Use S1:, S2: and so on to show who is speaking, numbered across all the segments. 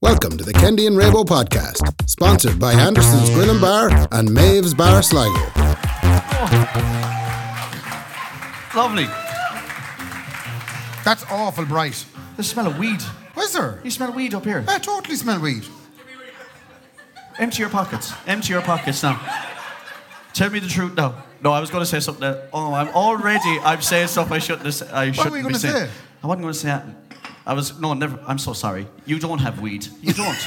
S1: Welcome to the Kendi and Rabo podcast, sponsored by Anderson's Grill and Bar and Maeve's Bar Sligo.
S2: Lovely.
S3: That's awful bright.
S2: The smell of weed.
S3: Was there?
S2: You smell weed up here.
S3: I totally smell weed.
S2: Empty your pockets. Empty your pockets now. Tell me the truth now. No, I was going to say something. That, oh, I'm already. I'm saying stuff I shouldn't. Have, I shouldn't
S3: were you
S2: be
S3: gonna
S2: saying.
S3: say?
S2: I wasn't going to say that. I was. No, never. I'm so sorry. You don't have weed. You don't.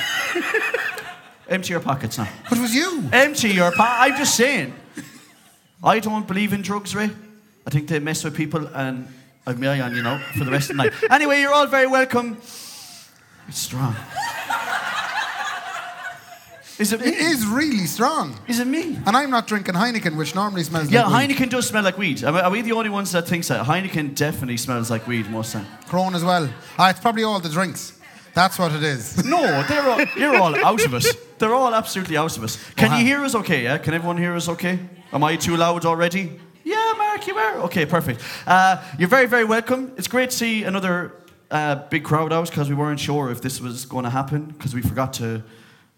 S2: Empty your pockets now.
S3: But it was you.
S2: Empty your pocket. I'm just saying. I don't believe in drugs, Ray. I think they mess with people and I've my eye on you know for the rest of the night. Anyway, you're all very welcome. It's strong. Is it me?
S3: It is really strong.
S2: Is it me?
S3: And I'm not drinking Heineken, which normally smells
S2: Yeah,
S3: like
S2: Heineken does smell like weed. Are we- are we the only ones that thinks that? Heineken definitely smells like weed most of the time.
S3: Heineken. Crown as well. Ah, it's probably all the drinks. That's what it is.
S2: No, they're all, you're all out of us. They're all absolutely out of us. Can you hear us okay, yeah? Can everyone hear us okay? Am I too loud already? Yeah, Mark, you are. Okay, perfect. Uh, you're very, very welcome. It's great to see another uh, big crowd out because we weren't sure if this was going to happen because we forgot to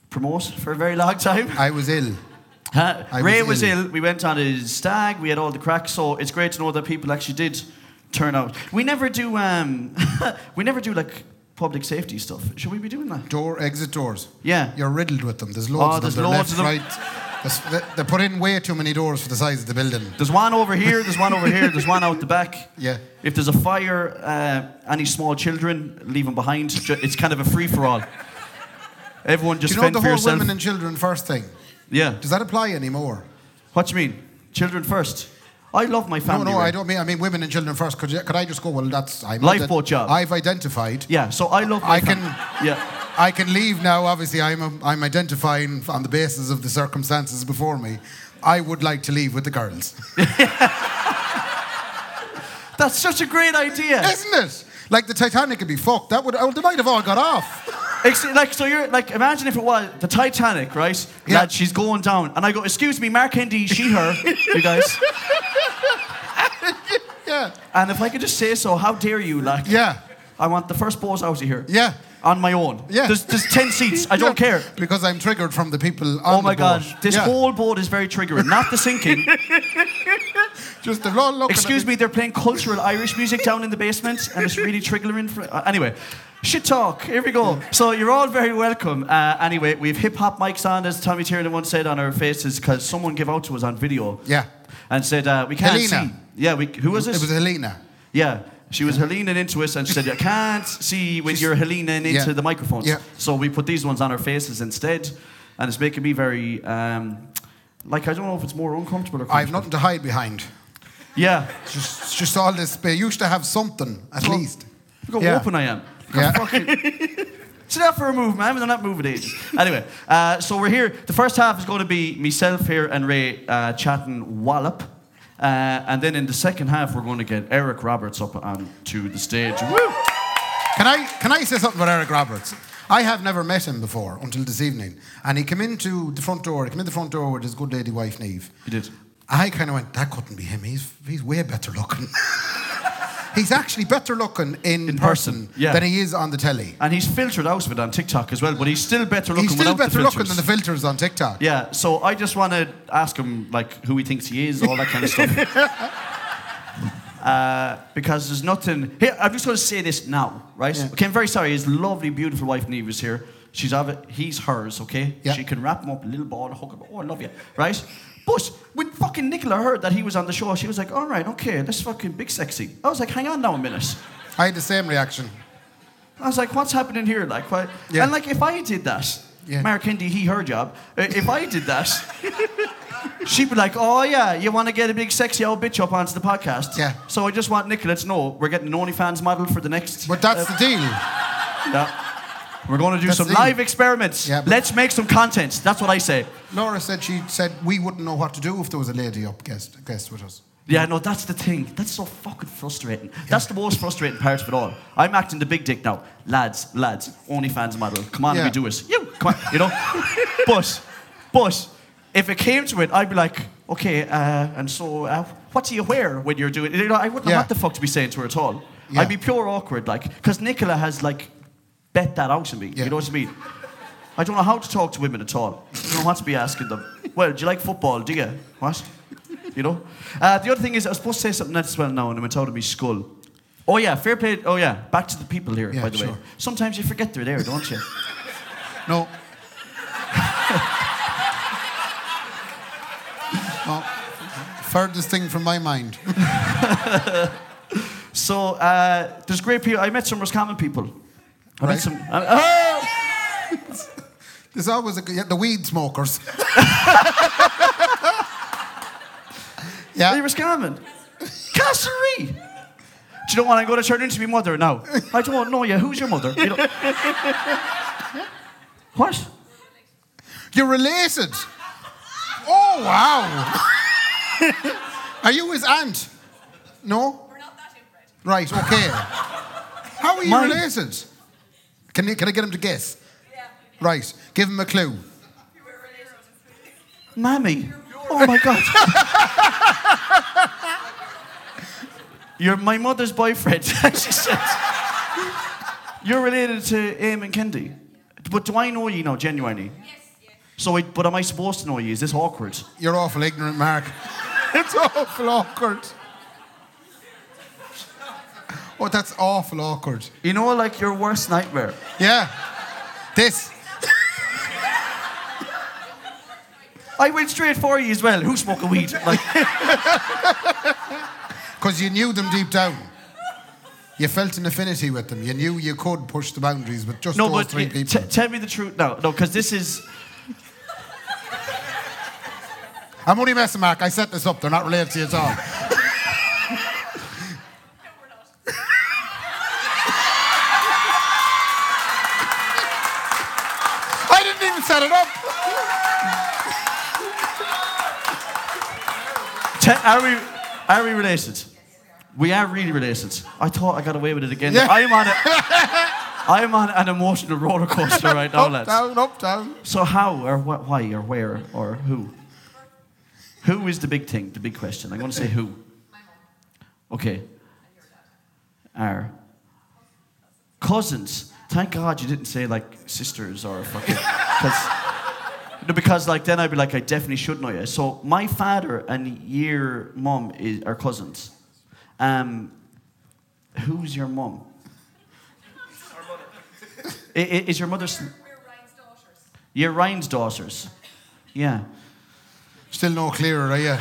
S2: promote for a very long time.
S3: I was ill.
S2: Huh?
S3: I
S2: Ray was
S3: was
S2: ill. We went on his stag. We had all the cracks. So it's great to know that people actually did turn out. We never do. Um, we never do like public safety stuff. Should we be doing that?
S3: Door, exit doors.
S2: Yeah.
S3: You're riddled with them. There's
S2: Oh,
S3: loads
S2: there's
S3: of them. They're
S2: loads
S3: left,
S2: of them.
S3: right. There's- they- They put in way too many doors for the size of the building.
S2: There's one over here. There's one over here. There's one out the back.
S3: Yeah.
S2: If there's a fire, uh, any small children, leave them behind. Ju- It's kind of a free for all. Everyone
S3: Do
S2: just
S3: you know
S2: fend
S3: the
S2: for
S3: whole
S2: yourself.
S3: women and children first thing?
S2: yeah.
S3: Does that apply anymore?
S2: What do you mean? Children first. I love my
S3: No,
S2: family.
S3: no, I
S2: Ray.
S3: don't mean. I mean women and children first. Could, you, could I just go? Well, that's I'm
S2: Lifeboat job.
S3: I've identified.
S2: Yeah. So I love. My
S3: I
S2: fam-
S3: can-
S2: Yeah.
S3: I can leave now. Obviously, I'm a, I'm identifying on the basis of the circumstances before me. I would like to leave with the girls,
S2: That's such a great idea.
S3: isn't it? Like the Titanic would be fucked. That would oh, they might have all got off.
S2: Ex- like so you're like imagine if it was the Titanic, right?
S3: Yeah.
S2: That she's going down. And I go, excuse me, Mark Hendy, she her, you guys.
S3: Yeah,
S2: And if I could just say so, how dare you, like
S3: yeah,
S2: I want the first boat out of here.
S3: yeah,
S2: On my own.
S3: Yeah.
S2: There's there's ten seats. I don't
S3: Yeah,
S2: care.
S3: because I'm triggered from the people. On
S2: Oh my
S3: the boat.
S2: god. This
S3: Yeah.
S2: whole boat is very triggering. Not the sinking.
S3: just they're all looking. at
S2: excuse me, they're playing cultural Irish music down in the basement, and it's really triggering. For, uh, anyway, shit talk. Here we go. So you're all very welcome. Uh, anyway, we have hip hop mics on, as Tommy Tiernan once said on our faces, because someone gave out to us on video.
S3: Yeah.
S2: And said uh, we can't
S3: Helena.
S2: see. Yeah. We, who was this?
S3: It was Helena.
S2: yeah. She was Helena into us, and she said, "I can't see when you're Helena into
S3: Yeah.
S2: the microphones."
S3: Yeah.
S2: So we put these ones on our faces instead, and it's making me very. Um, like I don't know if it's more uncomfortable or comfortable.
S3: I've nothing to hide behind.
S2: yeah.
S3: It's Just, it's just all this. They used to have something at
S2: Well,
S3: least.
S2: Look how
S3: Yeah.
S2: open I am.
S3: Yeah.
S2: Sit down for a move, man. They're not moving ages. Anyway, uh, so we're here. The first half is going to be myself here and Ray uh, chatting wallop. Uh, and then in the second half, we're going to get Eric Roberts up onto the stage. Woo!
S3: Can I can I say something about Eric Roberts? I have never met him before until this evening, and he came into the front door. He came in the front door with his good lady wife Neve.
S2: He did.
S3: I kind of went, that couldn't be him. He's he's way better looking. he's actually better looking in,
S2: In person,
S3: person,
S2: yeah.
S3: than he is on the telly.
S2: And he's filtered out of it on TikTok as well, but he's still better looking
S3: He's still
S2: without
S3: better
S2: the
S3: looking
S2: filters.
S3: than the filters on TikTok.
S2: yeah, so I just want to ask him like who he thinks he is, all that kind of stuff. Uh, because there's nothing. Here, I'm just going to say this now, right? Okay, I'm very sorry. His lovely, beautiful wife Neve is here. She's of it. He's hers. Okay,
S3: Yeah.
S2: she can wrap him up, a little ball, hug him. Oh, I love you, right? But when fucking Nicola heard that he was on the show, she was like, "All right, okay, that's fucking big sexy." I was like, "Hang on now a minute."
S3: I had the same reaction.
S2: I was like, what's happening here? Like, what?
S3: Yeah.
S2: And like, if I did that,
S3: Yeah.
S2: Mark Hindi, he, her job. i- If I did that, she'd be like, oh yeah, you want to get a big sexy old bitch up onto the podcast?
S3: Yeah.
S2: So I just want Nicola to know we're getting an OnlyFans model for the next.
S3: But that's the deal.
S2: Yeah. We're going to do
S3: That's
S2: some
S3: the-
S2: live experiments.
S3: Yeah, but-
S2: Let's make some content. That's what I say.
S3: Laura said she said we wouldn't know what to do if there was a lady up guest guest with us.
S2: Yeah, no, that's the thing. That's so fucking frustrating. That's the most frustrating part of it all. I'm acting the big dick now. Lads, lads, OnlyFans model. Come on,
S3: Yeah.
S2: we do it. You, come on, you know? but, but, if it came to it, I'd be like, okay, uh, and so, uh, what do you wear when you're doing You know, I wouldn't know
S3: Yeah.
S2: what the fuck to be saying to her at all.
S3: Yeah.
S2: I'd be pure awkward, like, because Nicola has, like, bet that out to me.
S3: Yeah.
S2: You know what I mean? I don't know how to talk to women at all. I don't know what to be asking them. Well, do you like football? Do you? What? You know? Uh, the other thing is, I was supposed to say something else as well now, and it went out of my skull. Oh, yeah, fair play. Oh, yeah, back to the people here,
S3: Yeah,
S2: by the way.
S3: sure.
S2: Sometimes you forget they're there, don't you?
S3: No. no. Furthest thing from my mind.
S2: So uh, there's great people. I met some Roscommon people. I
S3: Right.
S2: met some. I- oh!
S3: There's always a, yeah, the weed smokers.
S2: They
S3: yeah.
S2: were scamming. Casserie. Do you know what? I'm going to turn into my mother now. I don't know you. Who's your mother? You know- what?
S3: You're related. Oh, wow. Are you his aunt? No?
S4: We're not that inbred.
S3: Right, okay. How are you
S2: Mine-
S3: related? Can, you, can I get him to guess?
S4: Yeah.
S3: Right, give him a clue.
S4: We were related.
S2: Mammy. Oh my God. You're my mother's boyfriend. she said. You're related to Aim and Kendi. But do I know you now, genuinely?
S4: Yes, yes.
S2: So, I, but am I supposed to know you? Is this awkward?
S3: You're awful ignorant, Mark. It's awful awkward. Oh, that's awful awkward.
S2: You know, like your worst nightmare.
S3: Yeah. This.
S2: I went straight for you as well. Who's smoking weed? Like,
S3: Because you knew them deep down. You felt an affinity with them. You knew you could push the boundaries with just
S2: no,
S3: those
S2: but
S3: three
S2: t-
S3: people.
S2: tell me the truth now. No, because this is.
S3: I'm only messing, Mark. I set this up. They're not related to you at all.
S4: No, we're not.
S3: I didn't even set it up.
S2: Te- are we? Are we related? We are really related. I thought I got away with it again.
S3: Yeah.
S2: I'm on a, I'm on an emotional roller coaster right now,
S3: up,
S2: lads.
S3: down, up, down.
S2: So how or wh- why or where or who? Who is the big thing? The big question. I'm going to say who. Okay. Our cousins. Thank God you didn't say like sisters or fucking. 'cause- no, because like then I'd be like I definitely should know you. So my father and your mum is, are cousins. Um, who's your mum? I- i- Is your mother's?
S4: We're, we're Ryan's daughters.
S2: You're Ryan's daughters. Yeah.
S3: Still no clearer, are you?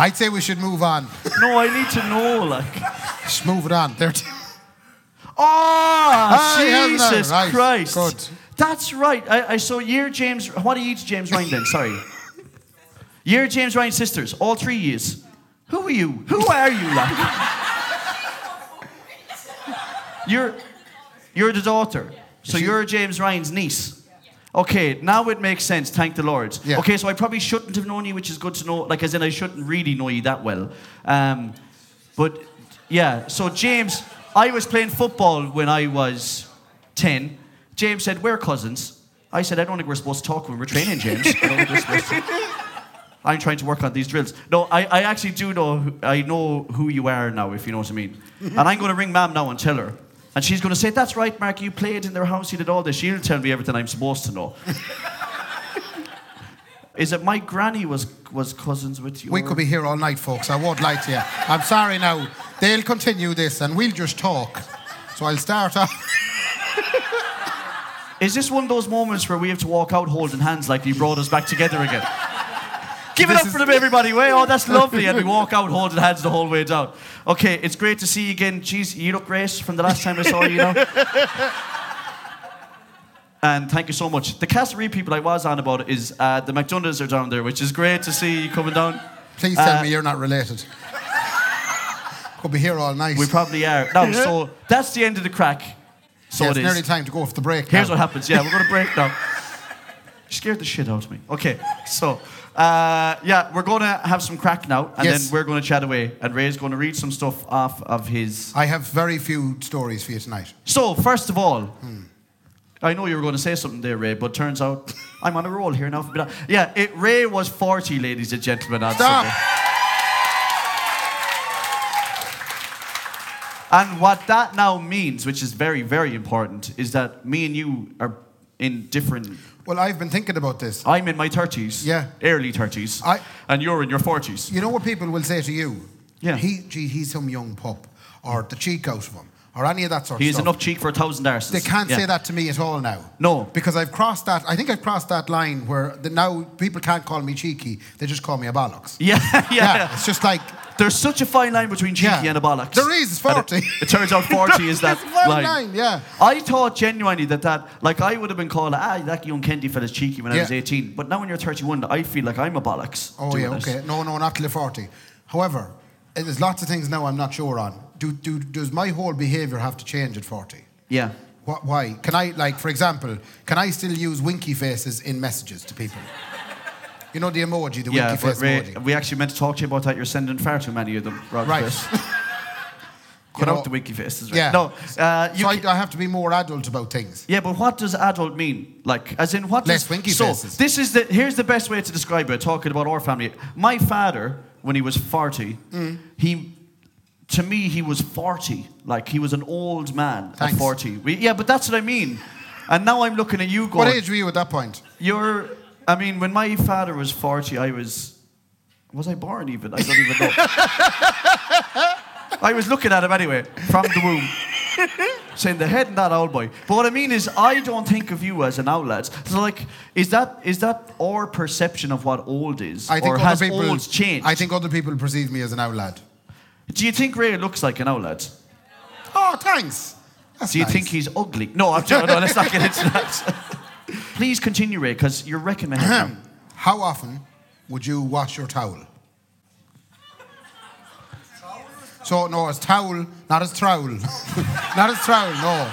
S3: I'd say we should move on.
S2: No, I need to know, like.
S3: Just move it on. There.
S2: Oh,
S3: Ah, yeah, no,
S2: Jesus
S3: right,
S2: Christ.
S3: good.
S2: That's right. I, I saw year James. What are you to James Ryan then? Sorry. Year James Ryan sisters, all three years. Who are you? Who are you, like? You're, you're the daughter. So
S3: She-
S2: you're James Ryan's niece. Okay, now it makes sense. Thank the Lord.
S3: Yeah.
S2: Okay, so I probably shouldn't have known you, which is good to know. Like, as in, I shouldn't really know you that well. Um, but yeah, so James, I was playing football when I was 10. James said, We're cousins. I said, I don't think we're supposed to talk when we're training, James. I don't think we're supposed to. I'm trying to work on these drills. No, I, I actually do know, who- I know who you are now, if you know what I mean. And I'm going to ring ma'am now and tell her. And she's going to say, That's right, Mark, you played in their house, you did all this. She'll tell me everything I'm supposed to know. Is it my granny was, was cousins with you?
S3: We could be here all night, folks. I won't lie to you. I'm sorry now. They'll continue this and we'll just talk. So I'll start off.
S2: Is this one of those moments where we have to walk out holding hands like you brought us back together again? Give it
S3: This
S2: up for
S3: is-
S2: them, everybody. Way, oh, that's lovely. And we walk out holding hands the whole way down. Okay, it's great to see you again. Jeez, you look great from the last time I saw you, you know. And thank you so much. The Castlereagh people I was on about is uh, the McDonald's are down there, which is great to see you coming down.
S3: Please tell
S2: Uh,
S3: me you're not related. Could be here all night.
S2: We probably are. No, so that's the end of the crack. So
S3: yeah,
S2: it
S3: it's
S2: is.
S3: nearly time to go off the break.
S2: Here's
S3: now.
S2: what happens. Yeah, we're gonna break now. You scared the shit out of me. Okay, so uh, yeah, we're gonna have some crack now, and
S3: Yes.
S2: then we're gonna chat away, and Ray's gonna read some stuff off of his.
S3: I have very few stories for you tonight.
S2: So first of all, I know you were gonna say something there, Ray, but turns out I'm on a roll here now. Yeah, it, Ray was 40, ladies and gentlemen. On
S3: Stop.
S2: Sunday. And what that now means, which is very, very important, is that me and you are in different.
S3: Well, I've been thinking about this.
S2: I'm in my 30s,
S3: Yeah.
S2: early 30s,
S3: I-
S2: and you're in your 40s.
S3: You know what people will say to you?
S2: Yeah.
S3: He, gee, he's some young pup, or the cheek out of him, or any of that sort
S2: He
S3: of
S2: has
S3: stuff.
S2: enough cheek for a thousand arsons.
S3: They can't
S2: Yeah.
S3: say that to me at all now.
S2: No.
S3: Because I've crossed that, I think I've crossed that line where the, now people can't call me cheeky, they just call me a bollocks.
S2: Yeah, yeah.
S3: It's just like,
S2: There's such a fine line between cheeky
S3: Yeah.
S2: and a bollocks.
S3: There is, it's
S2: And
S3: 40.
S2: It, it turns out 40 is that
S3: It's a fine
S2: line.
S3: line, yeah.
S2: I thought genuinely that that, like, I would have been called, ah, that young Kenty fella's cheeky when I
S3: Yeah.
S2: was 18. But now when you're 31, I feel like I'm a bollocks.
S3: oh
S2: doing
S3: yeah,
S2: this.
S3: okay. No, no, not till you're 40. However, eh, there's lots of things now I'm not sure on. Do, do, does my whole behaviour have to change at 40?
S2: Yeah.
S3: What, why? Can I, like, for example, can I still use winky faces in messages to people? You know the emoji, the
S2: Yeah,
S3: winky
S2: but
S3: face
S2: Ray,
S3: emoji.
S2: we actually meant to talk to you about that. You're sending far too many of them, Roger.
S3: Right.
S2: Chris.
S3: You
S2: Cut
S3: know,
S2: out the winky faces. Right?
S3: Yeah.
S2: No. Uh, you
S3: so I,
S2: ca-
S3: I have to be more adult about things.
S2: yeah, but what does adult mean? Like, as in what?
S3: Less
S2: does,
S3: winky
S2: so
S3: faces.
S2: this is the here's the best way to describe it. Talking about our family, my father when he was forty,
S3: Mm.
S2: he. To me, he was 40. Like, he was an old man
S3: Thanks.
S2: at 40. We, yeah, but that's what I mean. And now I'm looking at you going,
S3: What age were you at that point?
S2: You're, I mean, when my father was 40, I was, was I born even? I don't even know. I was looking at him anyway, from the womb. Saying the head and that old boy. But what I mean is, I don't think of you as an outlet. So, like, is that is that our perception of what old is,
S3: I think
S2: or
S3: other
S2: has
S3: people,
S2: old changed?
S3: I think other people perceive me as an outlad.
S2: Do you think Ray looks like an outlet?
S3: Oh, thanks. That's
S2: Do you
S3: nice.
S2: think he's ugly? No, I'm joking. No, let's not get into that. Please continue, Ray, because you're wrecking my head. now.
S3: How often would you wash your towel? So no, it's towel, not as trowel, not as trowel. No,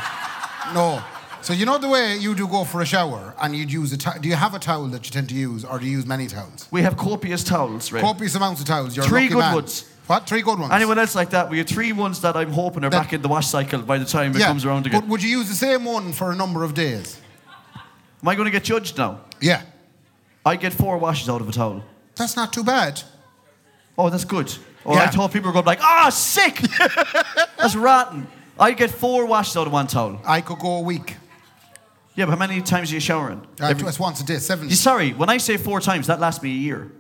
S3: no. So you know the way you do go for a shower and you'd use a towel. Do you have a towel that you tend to use, or do you use many towels?
S2: We have copious towels, Ray.
S3: Copious amounts of towels. You're a
S2: Three
S3: lucky
S2: good
S3: man.
S2: ones.
S3: What? Three good ones.
S2: Anyone else like that? We have three ones that I'm hoping are
S3: That-
S2: back in the wash cycle by the time it
S3: Yeah.
S2: comes around again.
S3: But would you use the same one for a number of days?
S2: Am I going to get judged now?
S3: Yeah.
S2: I get four washes out of a towel.
S3: That's not too bad.
S2: Oh, that's good. Or I
S3: Yeah.
S2: thought people were going to be like, ah, sick! that's rotten. I get four washes out of one towel.
S3: I could go a week.
S2: Yeah, but how many times are you showering?
S3: Uh, It's once a day, seven.
S2: You- Sorry, when I say four times, that lasts me a year.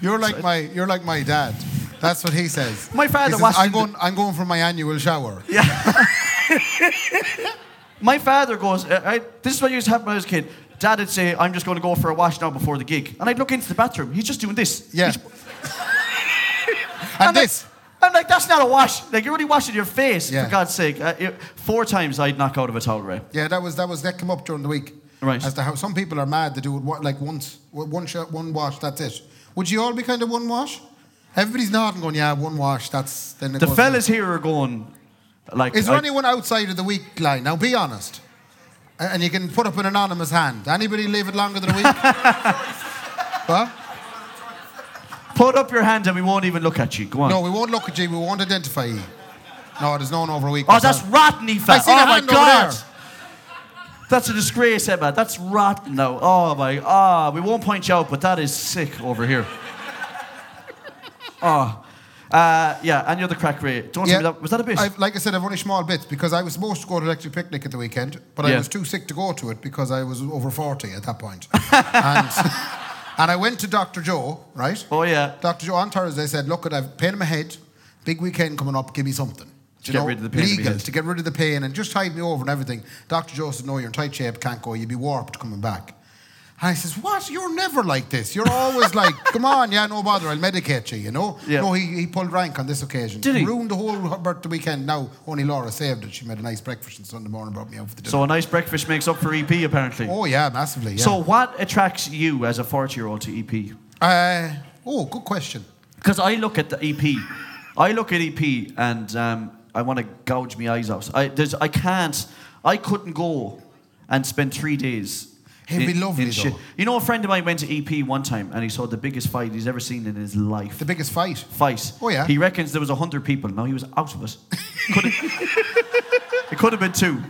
S3: You're like my, you're like my dad. That's what he says.
S2: My father
S3: He says,
S2: washed
S3: I'm
S2: the-
S3: going, I'm going for my annual shower.
S2: My father goes, uh, I, this is what used to happen when I was a kid. Dad would say, I'm just going to go for a wash now before the gig. And I'd look into the bathroom. He's just doing this.
S3: Yeah.
S2: He's-
S3: and this,
S2: I'm like, that's not a wash. Like, you're already washing your face,
S3: Yeah.
S2: for God's sake. Uh, it- four times I'd knock out of a towel, Ray.
S3: yeah, that was that was that came up during the week.
S2: Right.
S3: As to how some people are mad they do it wa- like once, wa- one shot, one wash. That's it. Would you all be kind of one wash? Everybody's nodding, going, yeah, one wash. That's then. It
S2: The
S3: goes
S2: fellas here are going, like,
S3: Is there
S2: I-
S3: anyone outside of the week line? Now, be honest. A- And you can put up an anonymous hand. Anybody leave it longer than a week? Huh?
S2: put up your hand and we won't even look at you. Go on.
S3: No, we won't look at you. We won't identify you. No, there's no one over a week.
S2: oh, that's rotten,
S3: I
S2: Aoife.
S3: see
S2: Oh,
S3: the
S2: my
S3: hand over
S2: God.
S3: there.
S2: That's a disgrace, Emma. That's rotten now. Oh, my. Ah, we won't point you out, but that is sick over here. oh. Uh, yeah, and you're the crack, Ray. Don't tell me that. Was that a bit?
S3: I've, like I said, I've only small bits because I was supposed to go to Electric Picnic at the weekend, but I
S2: Yeah.
S3: was too sick to go to it because I was over 40 at that point. and, and I went to Dr. Joe, right?
S2: oh, yeah.
S3: Dr. Joe on Thursday said, Look, I've pain in my head, big weekend coming up, give me something.
S2: To
S3: Do
S2: get rid of the pain in my
S3: Legal,
S2: head.
S3: to get rid of the pain and just tide me over and everything. Dr. Joe said, No, you're in tight shape, can't go, you'll be warped coming back. And I says, What? You're never like this. You're always like, Come on, yeah, no bother, I'll medicate you, you know?
S2: Yeah.
S3: No, he, he pulled rank on this occasion.
S2: Did he?
S3: Ruined the whole birthday weekend. Now, only Laura saved it. She made a nice breakfast on Sunday morning, brought me out for the dinner.
S2: So a nice breakfast makes up for EP, apparently.
S3: oh, yeah, massively. Yeah.
S2: So what attracts you as a 40-year-old to EP?
S3: uh, oh, good question.
S2: Because I look at the EP, I look at EP, and um, I want to gouge my eyes out. I there's I can't, I couldn't go and spend three days.
S3: It'd be lovely,
S2: shi-
S3: though.
S2: You know, a friend of mine went to EP one time, and he saw the biggest fight he's ever seen in his life.
S3: The biggest fight.
S2: fight.
S3: Oh, yeah.
S2: He reckons there was hundred people. No, he was out of it. Could have, it could have been two.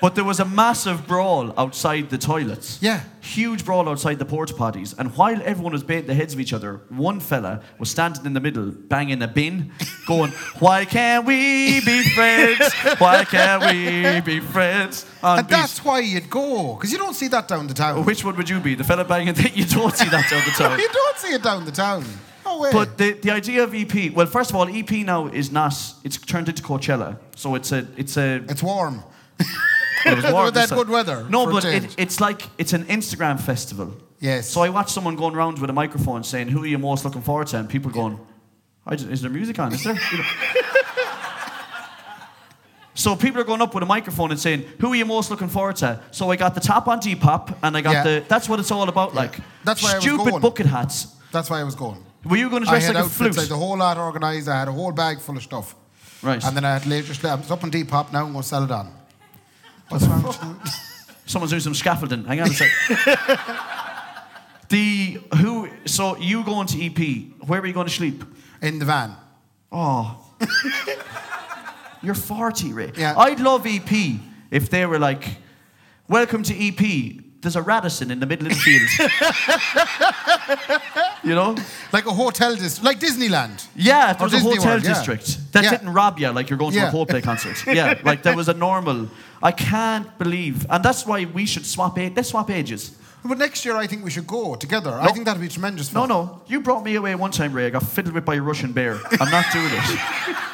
S2: But there was a massive brawl outside the toilets.
S3: Yeah.
S2: Huge brawl outside the porta potties. And while everyone was baiting the heads of each other, one fella was standing in the middle, banging a bin, going, Why can't we be friends? Why can't we be friends? On
S3: And
S2: beach?"
S3: that's why you'd go, because you don't see that down the town.
S2: Which one would you be? The fella banging that you don't see that down the town.
S3: You don't see it down the town. No way.
S2: But the, the idea of EP, well, first of all, EP now is not, it's turned into Coachella. So it's a, it's a,
S3: it's warm.
S2: it was warm
S3: With that
S2: this- uh,
S3: good weather,
S2: No,
S3: for a
S2: but
S3: change.
S2: it, it's like, it's an Instagram festival.
S3: Yes.
S2: So I watched someone going around with a microphone saying, who are you most looking forward to? And people going, I just- is there music on? Is there? You know. So people are going up with a microphone and saying, "Who are you most looking forward to?" So I got the top on Depop, and I got
S3: Yeah.
S2: the. That's what it's all about. Like
S3: That's why I was
S2: stupid
S3: going.
S2: bucket hats.
S3: That's why I was going.
S2: Were you going to
S3: I
S2: dress
S3: had
S2: like a
S3: outfits,
S2: flute?
S3: like the whole lot organised. I had a whole bag full of stuff.
S2: Right.
S3: And then I had later, I'm up on Depop now, I'm going to sell it on. What's wrong?
S2: Someone's doing some scaffolding. Hang on a sec. the who? So you going to EP? Where are you going to sleep?
S3: In the van.
S2: Oh, you're forty, Ray.
S3: Yeah.
S2: I'd love EP if they were like, "Welcome to EP." There's a Radisson in the middle of the field. you know?
S3: Like a hotel, dis- like Disneyland.
S2: Yeah, there
S3: Or
S2: was a
S3: Disney
S2: hotel
S3: World, yeah.
S2: district that
S3: Yeah.
S2: didn't rob you like you're going to
S3: Yeah.
S2: a Coldplay concert. yeah, like there was a normal. I can't believe, and that's why we should swap. A- let's swap ages.
S3: But next year, I think we should go together. I think that'd be tremendous
S2: No,
S3: fun.
S2: no. You brought me away one time, Ray. I got fiddled with by a Russian bear. I'm not doing it.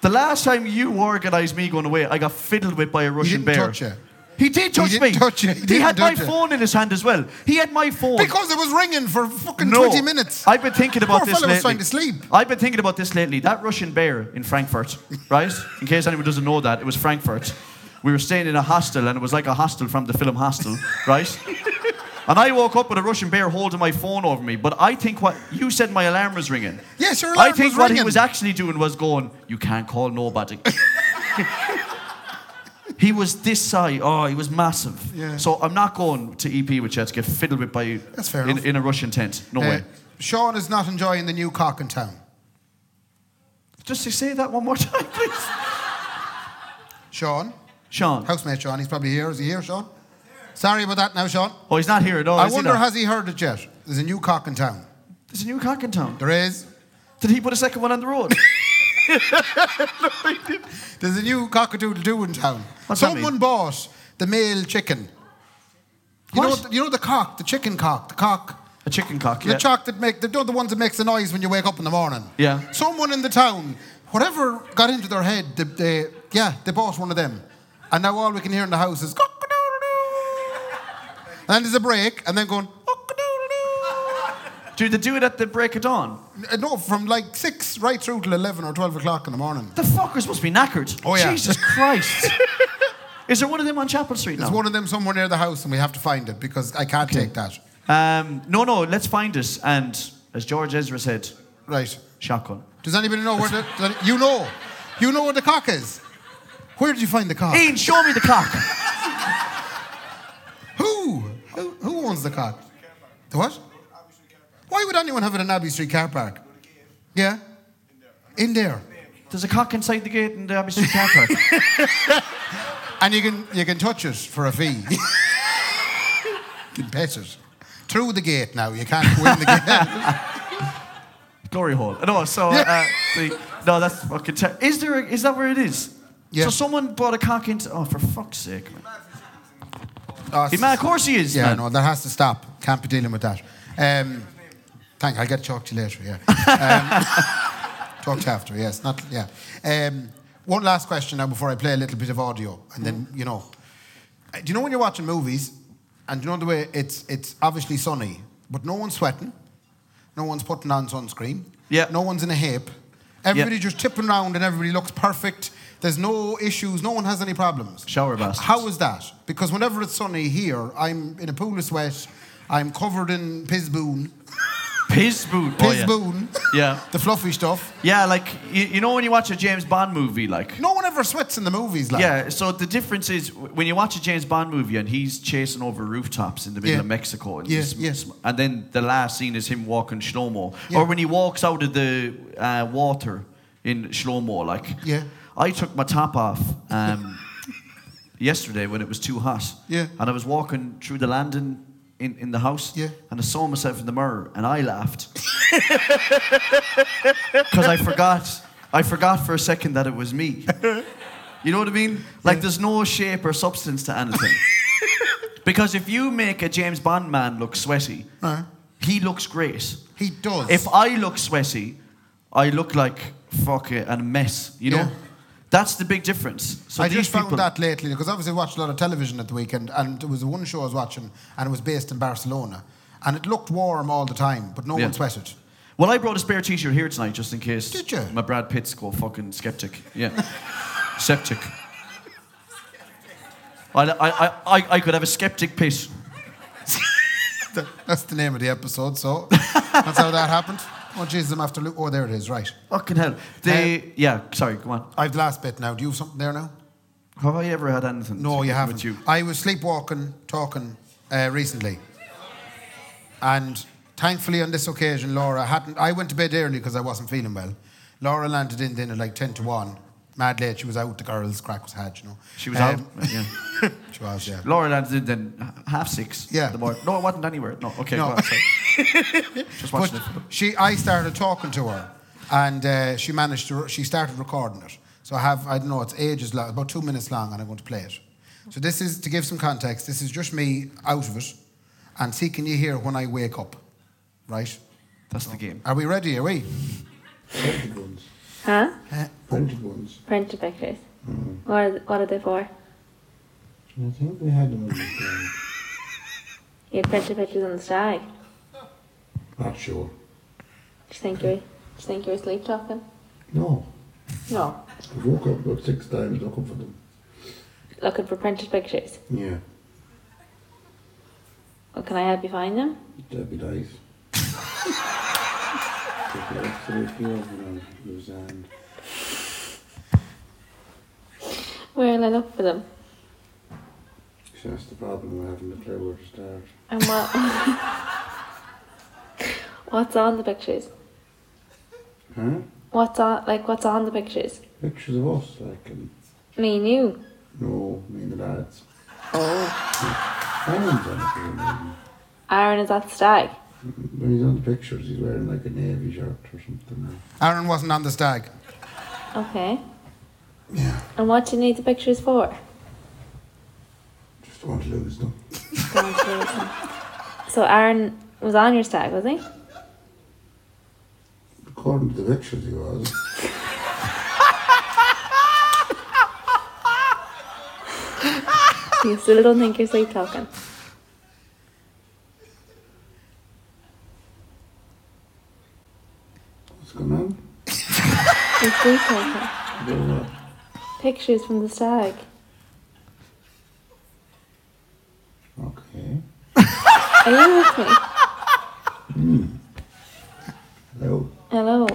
S2: The last time you organised me going away, I got fiddled with by a Russian
S3: didn't
S2: bear.
S3: touch you.
S2: He did touch
S3: didn't
S2: me.
S3: touch you. He didn't
S2: had my
S3: touch you.
S2: phone in his hand as well. He had my phone.
S3: Because it was ringing for fucking
S2: No.
S3: 20 minutes.
S2: I've been thinking about
S3: Poor
S2: this
S3: fella
S2: lately.
S3: was trying to sleep.
S2: I've been thinking about this lately. That Russian bear in Frankfurt, right? In case anyone doesn't know that, it was Frankfurt. We were staying in a hostel, and it was like a hostel from the film Hostel, right? And I woke up with a Russian bear holding my phone over me. But I think what you said, my alarm was ringing.
S3: Yes, your
S2: I
S3: alarm
S2: think
S3: was
S2: what he
S3: ringing.
S2: was actually doing was going, "You can't call nobody." he was this size. Oh, he was massive.
S3: Yeah.
S2: So I'm not going to EP with you to get fiddled with by
S3: That's fair
S2: in,
S3: enough.
S2: in a Russian tent. No
S3: Uh,
S2: way.
S3: Sean is not enjoying the new cock in town.
S2: Just to say that one more time, please.
S3: Sean,
S2: Sean.
S3: housemate Sean, he's probably here. Is he here, Sean? Sorry about that now, Sean.
S2: Oh, he's not here at all.
S3: I
S2: is he
S3: wonder,
S2: now?
S3: has he heard it yet? There's a new cock in town.
S2: There's a new cock in town.
S3: There is.
S2: Did he put a second one on the road?
S3: There's a new cockadoodle doo in town.
S2: What's that
S3: Someone
S2: mean?
S3: bought the male chicken. You know,
S2: What?
S3: what- you know the cock, the chicken cock, the cock.
S2: a chicken cock,
S3: The
S2: yeah.
S3: chalk that make the, the ones that makes the noise when you wake up in the morning.
S2: Yeah.
S3: Someone in the town, whatever got into their head, they, they yeah, they bought one of them, and now all we can hear in the house is. cock-a-doodle-doo. And then there's a break, and then going. cock-a-doodle-doo.
S2: Dude, they do it at the break of dawn.
S3: Uh, No, from like six right through till eleven or twelve o'clock in the morning.
S2: The fuckers must be knackered.
S3: Oh, yeah.
S2: Jesus Christ. Is there one of them on Chapel Street
S3: There's
S2: now?
S3: one of them somewhere near the house, and we have to find it because I can't take that.
S2: Um, no, no, let's find it. And as George Ezra said,
S3: Right.
S2: shotgun.
S3: Does anybody know where the, the- you know, you know where the cock is? Where did you find the cock?
S2: Ian, show me the cock.
S3: Who? Who, who owns the cock? The what? Why would anyone have it in Abbey Street car park? Yeah? In there.
S2: There's a cock inside the gate uh, in the Abbey Street car park.
S3: And you can, you can touch it for a fee. you can pet it. Through the gate now, you can't go in the gate.
S2: Glory hole. No, so uh, the, no, that's fucking. Ter- is there? A, is that where it is?
S3: Yeah.
S2: So someone brought a cock into. Oh, for fuck's sake! Man.
S3: Oh,
S2: Hey, man, of course he is.
S3: yeah,
S2: man.
S3: no, that has to stop. Can't be dealing with that. Um, thank I'll get talked to you later, yeah. Um, talk to you after, yes. Not, yeah. Um, one last question now before I play a little bit of audio, and then, you know. Uh, Do you know when you're watching movies, and you know the way it's, it's obviously sunny, but no one's sweating, no one's putting on sunscreen,
S2: Yeah.
S3: no one's in a heap, everybody's just tipping around and everybody looks perfect, there's no issues, no one has any problems.
S2: Shower bastards.
S3: How is that? Because whenever it's sunny here, I'm in a pool of sweat, I'm covered in pisboon,
S2: Piss boot. Oh, yeah.
S3: pisboon,
S2: Yeah.
S3: the fluffy stuff.
S2: Yeah, like you, you know when you watch a James Bond movie, like.
S3: No one ever sweats in the movies, like.
S2: Yeah, so the difference is w- when you watch a James Bond movie and he's chasing over rooftops in the middle
S3: Yeah.
S2: of Mexico, and,
S3: Yeah,
S2: this-
S3: yeah.
S2: and then the last scene is him walking Shlomo,
S3: Yeah.
S2: or when he walks out of the uh, water in Shlomo, like
S3: Yeah.
S2: I took my top off. Um, yesterday when it was too hot.
S3: Yeah.
S2: And I was walking through the landing in, in the house.
S3: Yeah.
S2: And I saw myself in the mirror and I laughed. Because I forgot. I forgot for a second that it was me. You know what I mean? Like there's no shape or substance to anything. because if you make a James Bond man look sweaty,
S3: Right.
S2: he looks great.
S3: He does.
S2: If I look sweaty, I look like fuck it and a mess. You know,
S3: Yeah.
S2: that's the big difference. So
S3: I
S2: these
S3: just found
S2: people,
S3: that lately because obviously I watched a lot of television at the weekend, and there was one show I was watching, and it was based in Barcelona, and it looked warm all the time, but no
S2: Yeah.
S3: one sweated.
S2: Well, I brought a spare T-shirt here tonight just in case.
S3: Did you?
S2: My Brad Pitt's go fucking skeptic. Yeah, septic. I, I, I- I, I could have a skeptic pit.
S3: That- That's the name of the episode, so that's how that happened. Oh Jesus, I'm after look. Oh, there it is. Right,
S2: Fucking hell. They,
S3: Um,
S2: yeah. Sorry, go on.
S3: I've the last bit now. Do you have something there now?
S2: Have I ever had anything?
S3: No,
S2: to-
S3: you haven't.
S2: With you?
S3: I was sleepwalking, talking uh, recently, and thankfully on this occasion, Laura hadn't. I went to bed early because I wasn't feeling well. Laura landed in then at like ten to one. Mad late, she was out. The girls' crack was had, you know.
S2: She was
S3: Um,
S2: out. Yeah.
S3: She was, yeah.
S2: Laura landed in h- uh, half six.
S3: Yeah.
S2: in The morning. No, it wasn't anywhere. No. Okay.
S3: No.
S2: go on, sorry. just
S3: But
S2: watching it.
S3: she, I started talking to her, and uh, she managed to. She started recording it. So I have, I don't know, it's ages long, about two minutes long, and I'm going to play it. So this is to give some context. This is just me out of it, and see can you hear when I wake up, right?
S2: That's the game.
S3: Are we ready? Are we?
S5: Printed ones.
S6: Huh?
S5: Printed ones.
S6: Printed pictures. What, are, what are they for?
S5: I think we had them in the thing.
S6: You had printed pictures on the stag. Do
S5: Not sure.
S6: you think you're, do you think you're sleep talking?
S5: No.
S6: No.
S5: I woke up about six times looking for them.
S6: Looking for printed pictures.
S5: Yeah.
S6: Well, can I help you find them?
S5: That'd be nice. Took an X-ray few of them and it was, um,
S6: Where will I look for them?
S5: see, that's the problem with having a clue where to start.
S6: And what? what's on the pictures?
S5: Huh?
S6: What's on, like, what's on the pictures?
S5: Pictures of us, like, and
S6: Me and you.
S5: no, me and the lads. Oh. Aaron's on the phone.
S6: Aaron is at the stag.
S5: When he's on the pictures, he's wearing like a navy shirt or something.
S3: Aaron wasn't on the stag.
S6: Okay.
S5: Yeah.
S6: And what do you need the pictures for?
S5: Just don't want to lose them.
S6: Don't you listen. so Aaron was on your stag, was he?
S5: According to the pictures, he was.
S6: You still don't think you're sleep talking.
S5: What's going on?
S6: You're sleep talking.
S5: I don't know.
S6: Pictures from the stag.
S5: Okay.
S6: Are you with me?
S5: Hello.
S6: Hello.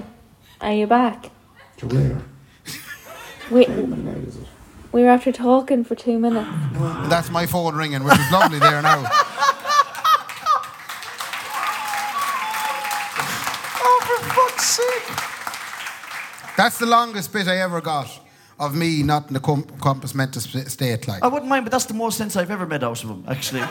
S6: Are you back?
S5: To where?
S6: We
S5: What night is it?
S6: we were after talking for two minutes.
S3: That's my phone ringing, which is lovely there now.
S2: Oh, for fuck's sake!
S3: That's the longest bit I ever got of me not in the com- compass meant to sp- state like.
S2: I wouldn't mind, but that's the most sense I've ever made out of him, actually.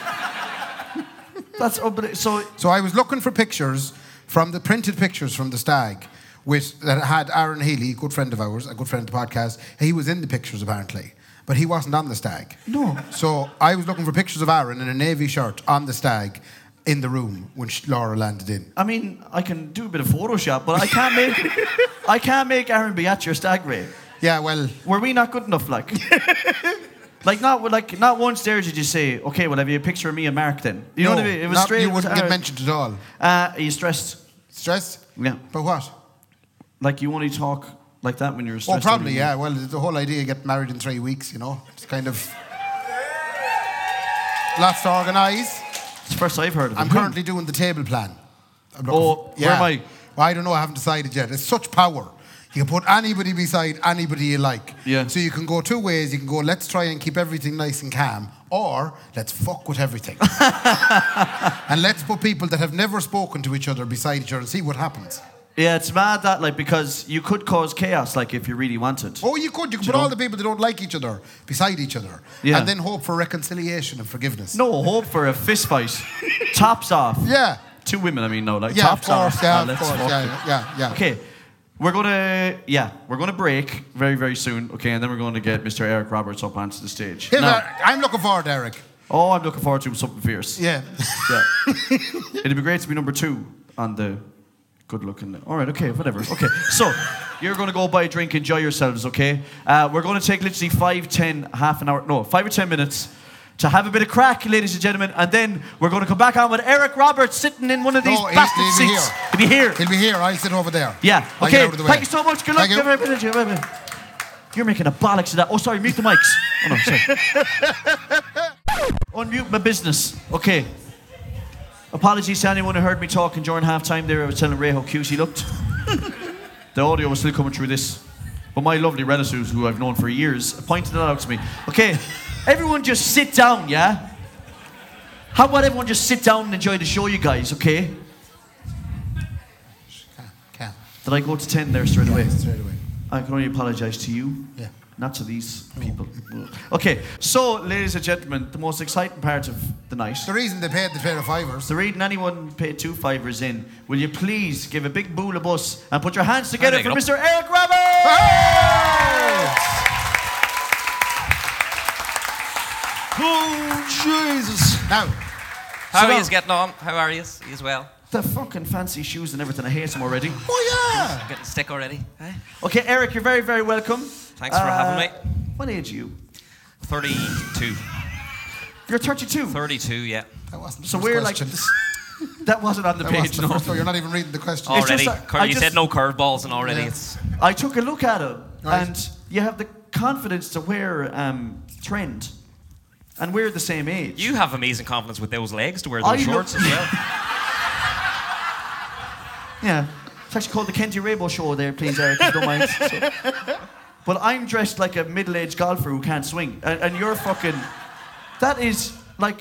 S2: that's oh, but it- so.
S3: So I was looking for pictures from the printed pictures from the stag with that had Aaron Healy, good friend of ours, a good friend of the podcast. He was in the pictures apparently, but he wasn't on the stag.
S2: No.
S3: So I was looking for pictures of Aaron in a navy shirt on the stag in the room when sh- Laura landed in.
S2: I mean, I can do a bit of Photoshop, but I can't make I can't make Aaron be at your stag rave.
S3: Yeah, well,
S2: Were we not good enough, like? like not like not once there did you say, okay, well have you a picture of me and Mark then? You know
S3: no,
S2: what I mean? It was
S3: not-
S2: straight.
S3: You
S2: it was
S3: wouldn't get
S2: Aaron.
S3: mentioned at all.
S2: Uh, are you stressed?
S3: Stressed?
S2: Yeah.
S3: But what?
S2: Like you only talk like that when you're
S3: Oh,
S2: stressed.
S3: probably, yeah. Well, the whole idea of getting married in three weeks, you know, it's kind of lots to organise.
S2: It's the first I've heard of it.
S3: I'm currently doing the table plan. I'm looking
S2: Oh,
S3: for-
S2: where am I?
S3: Well, I don't know. I haven't decided yet. It's such power. You can put anybody beside anybody you like.
S2: Yeah.
S3: So you can go two ways. You can go, let's try and keep everything nice and calm, or let's fuck with everything. and let's put people that have never spoken to each other beside each other and see what happens.
S2: Yeah, it's mad that like because you could cause chaos like if you really wanted.
S3: Oh, you could. You could put
S2: know?
S3: all the people that don't like each other beside each other,
S2: Yeah.
S3: and then hope for reconciliation and forgiveness.
S2: No hope for a fist fight. Tops off.
S3: Yeah.
S2: Two women, I mean, no, like
S3: Yeah, of
S2: tops
S3: course.
S2: off.
S3: Yeah,
S2: Ah,
S3: of
S2: let's
S3: course.
S2: fuck
S3: Yeah,
S2: it.
S3: yeah, yeah, yeah.
S2: Okay, we're gonna yeah, we're gonna break very very soon. Okay, and then we're going to get Mr. Eric Roberts up onto the stage.
S3: Here,
S2: Now-
S3: Eric, I'm looking forward, to Eric.
S2: oh, I'm looking forward to something fierce.
S3: Yeah.
S2: Yeah. It'd be great to be number two on the good looking. All right, okay, whatever. Okay, so you're going to go buy a drink, enjoy yourselves, okay? Uh, we're going to take literally five, ten, half an hour, no, five or ten minutes to have a bit of crack, ladies and gentlemen, and then we're going to come back on with Eric Roberts sitting in one of these
S3: No, he's-
S2: bastard
S3: he'll be
S2: seats.
S3: here.
S2: He'll be here.
S3: He'll be here. I'll sit over there.
S2: Yeah,
S3: I'll get
S2: okay.
S3: out of the way.
S2: Thank you so much. Good luck.
S3: Thank you.
S2: Give everybody- give everybody- You're making a bollocks of that. Oh, sorry, mute the mics. Oh, no, sorry. Unmute my business. Okay. Apologies to anyone who heard me talking during halftime there. I was telling Ray how cute he looked. the audio was still coming through this. But my lovely relatives, who I've known for years, pointed that out to me. Okay, everyone just sit down, yeah? How about everyone just sit down and enjoy the show, you guys, okay?
S3: Can.
S2: Did I go to 10 there straight away?
S3: Straight away.
S2: I can only apologize to you.
S3: Yeah.
S2: Not to these people. Okay, so, ladies and gentlemen, the most exciting part of the night.
S3: The reason they paid the pair of fivers.
S2: So, reading anyone pay two fivers in, will you please give a big bool of us and put your hands together
S7: make
S2: for
S7: it up.
S2: Mr. Eric Roberts?
S3: Hey!
S7: Oh, Jesus.
S3: Now,
S7: How
S2: So
S7: are
S2: now-
S7: you getting on? How are you? You as well?
S2: The fucking fancy shoes and everything, I hate them already.
S3: oh yeah.
S7: Getting stick already? eh?
S2: Okay, Eric, you're very, very welcome. Uh,
S7: Thanks for having me.
S2: What age are you?
S7: 32.
S2: You're 32.
S7: 32, yeah.
S3: That wasn't the
S2: So
S3: first
S2: we're like,
S3: question.
S2: this- that wasn't on the
S3: That
S2: page,
S3: wasn't the
S2: no.
S3: first, no, you're not even reading the question.
S2: It's
S7: Already.
S2: just that
S7: Cur-
S2: I
S7: you
S2: just-
S7: said no curveballs and already
S3: Yeah.
S7: it's.
S2: I took a look at him,
S3: Right.
S2: and you have the confidence to wear um, trend, and we're the same age.
S7: You have amazing confidence with those legs to wear
S2: I
S7: those shorts
S2: look-
S7: as well.
S2: yeah, it's actually called the Kenty Rabo Show. There, please, Eric, if you don't mind. So- But I'm dressed like a middle-aged golfer who can't swing, and, and you're fucking. That is like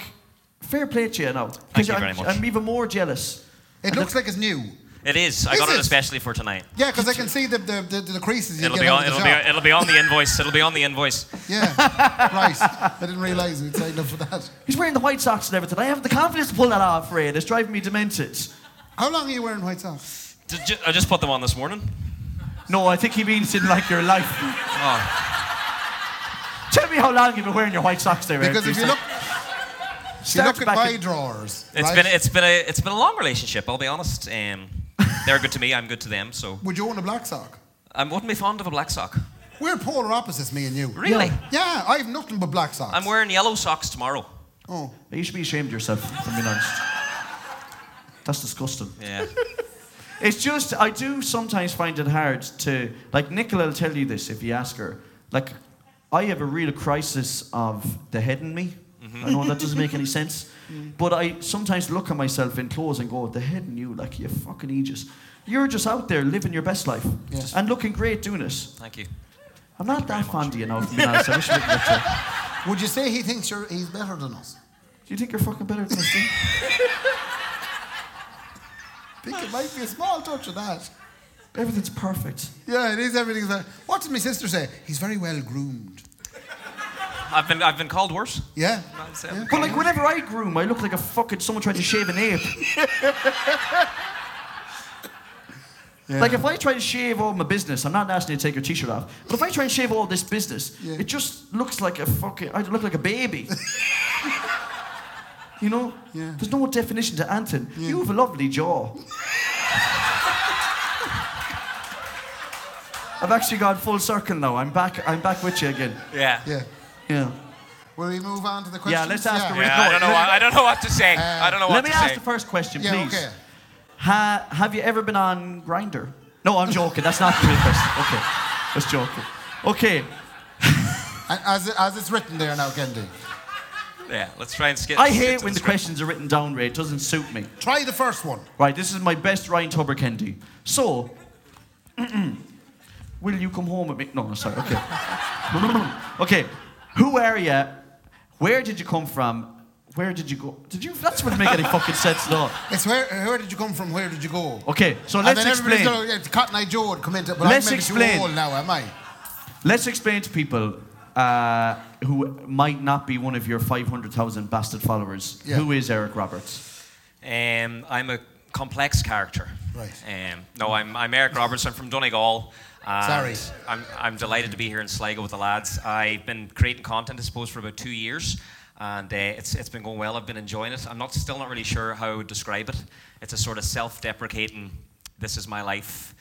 S2: fair play to you now. 'cause
S7: Thank you
S2: I'm,
S7: very much.
S2: I'm even more jealous.
S3: It looks like it's new.
S7: It is. I
S3: Is
S7: got it?
S3: it?
S7: especially for tonight.
S3: Yeah, because I can see the, the, the, the creases you
S7: It'll
S3: get
S7: be
S3: out
S7: on.
S3: of the
S7: It'll
S3: shop.
S7: be. It'll be on the invoice. It'll be on the invoice.
S3: Yeah, right. I didn't realise we'd signed up for that.
S2: He's wearing the white socks and everything. I haven't the confidence to pull that off, Ray. It's driving me demented.
S3: How long are you wearing white socks?
S7: Did ju- I just put them on this morning.
S2: No, I think he means in like your life. Tell me how long you've been wearing your white socks there, Eric,
S3: Oh. Because if
S2: please.
S3: you look, if you
S2: Start
S3: look at
S2: back
S3: my
S2: in-
S3: drawers.
S7: It's
S3: right,
S7: been. It's been a. It's been a long relationship. I'll be honest. Um, they're good to me. I'm good to them. So
S3: Would you own a black sock?
S7: I wouldn't be fond of a black sock.
S3: We're polar opposites, me and you.
S7: Really?
S3: Yeah, I have nothing but black socks.
S7: I'm wearing yellow socks tomorrow.
S3: Oh,
S2: You should be ashamed of yourself, if I'm being honest. That's disgusting.
S7: Yeah.
S2: It's just, I do sometimes find it hard to, like, Nicola will tell you this if you ask her. Like, I have a real crisis of the head in me.
S7: Mm-hmm.
S2: I know that doesn't make any sense. But I sometimes look at myself in clothes and go, the head in you, like, you fucking aegis. You're just out there living your best life
S3: Yes.
S2: and looking great doing it.
S7: Thank you.
S2: I'm not that fond of you now, if I'm being honest. I wish I didn't look at you.
S3: would you say he thinks you're, he's better than us?
S2: Do you think you're fucking better than us, do you?
S3: I think it might be a small touch of that.
S2: Everything's perfect.
S3: Yeah, it is everything's like. What did my sister say? He's very well groomed.
S7: I've been. I've been called worse.
S3: Yeah.
S7: I'd say.
S3: Yeah.
S2: But like whenever I groom, I look like a fucking someone tried to shave an ape. Like if I try to shave all my business, I'm not asking you to take your t-shirt off. But if I try and shave all this business,
S3: Yeah.
S2: it just looks like a fucking. I look like a baby. you know.
S3: Yeah.
S2: There's no definition to Anton. You have a lovely jaw. I've actually gone full circle now. I'm back. I'm back with you again.
S7: Yeah.
S3: Yeah.
S2: Yeah.
S3: Will we move on to the question?
S2: Yeah, let's ask her-
S7: Yeah, I don't know. What, I don't know what to say.
S3: Uh,
S7: I don't know what
S2: Let me
S7: to
S2: ask
S7: say.
S2: the first question,
S3: Yeah,
S2: please.
S3: okay.
S2: Ha- have you ever been on Grinder? No, I'm joking. That's not the real question. Okay, that's joking. Okay,
S3: And As, as it's written there now, Kendi.
S7: yeah. Let's try and skip.
S2: I
S7: skip
S2: hate
S7: to
S2: when the
S7: script.
S2: questions are written down, Ray. It doesn't suit me.
S3: Try the first one.
S2: Right, this is my best Ryan Tuber Kendi. So, will you come home with me? No, no, sorry. Okay. okay, who are you? Where did you come from? Where did you go? Did you? That doesn't make any fucking sense at all.
S3: It's where, where did you come from? Where did you go?
S2: Okay, so
S3: And
S2: let's
S3: then everybody's
S2: explain.
S3: going, it's Cotton Eye Joe would come into but
S2: Let's
S3: I'm maybe
S2: explain.
S3: too old now, am I?
S2: Let's explain to people uh, who might not be one of your 500,000 bastard followers.
S3: Yeah.
S2: Who is Eric Roberts?
S7: Um, I'm a complex character.
S3: Right.
S7: Um, no, I'm, I'm Eric Robertson from Donegal. and
S3: Sorry.
S7: I'm, I'm delighted to be here in Sligo with the lads. I've been creating content, I suppose, for about two years, and uh, it's, it's been going well. I've been enjoying it. I'm not still not really sure how I would describe it. It's a sort of self-deprecating, this is my life,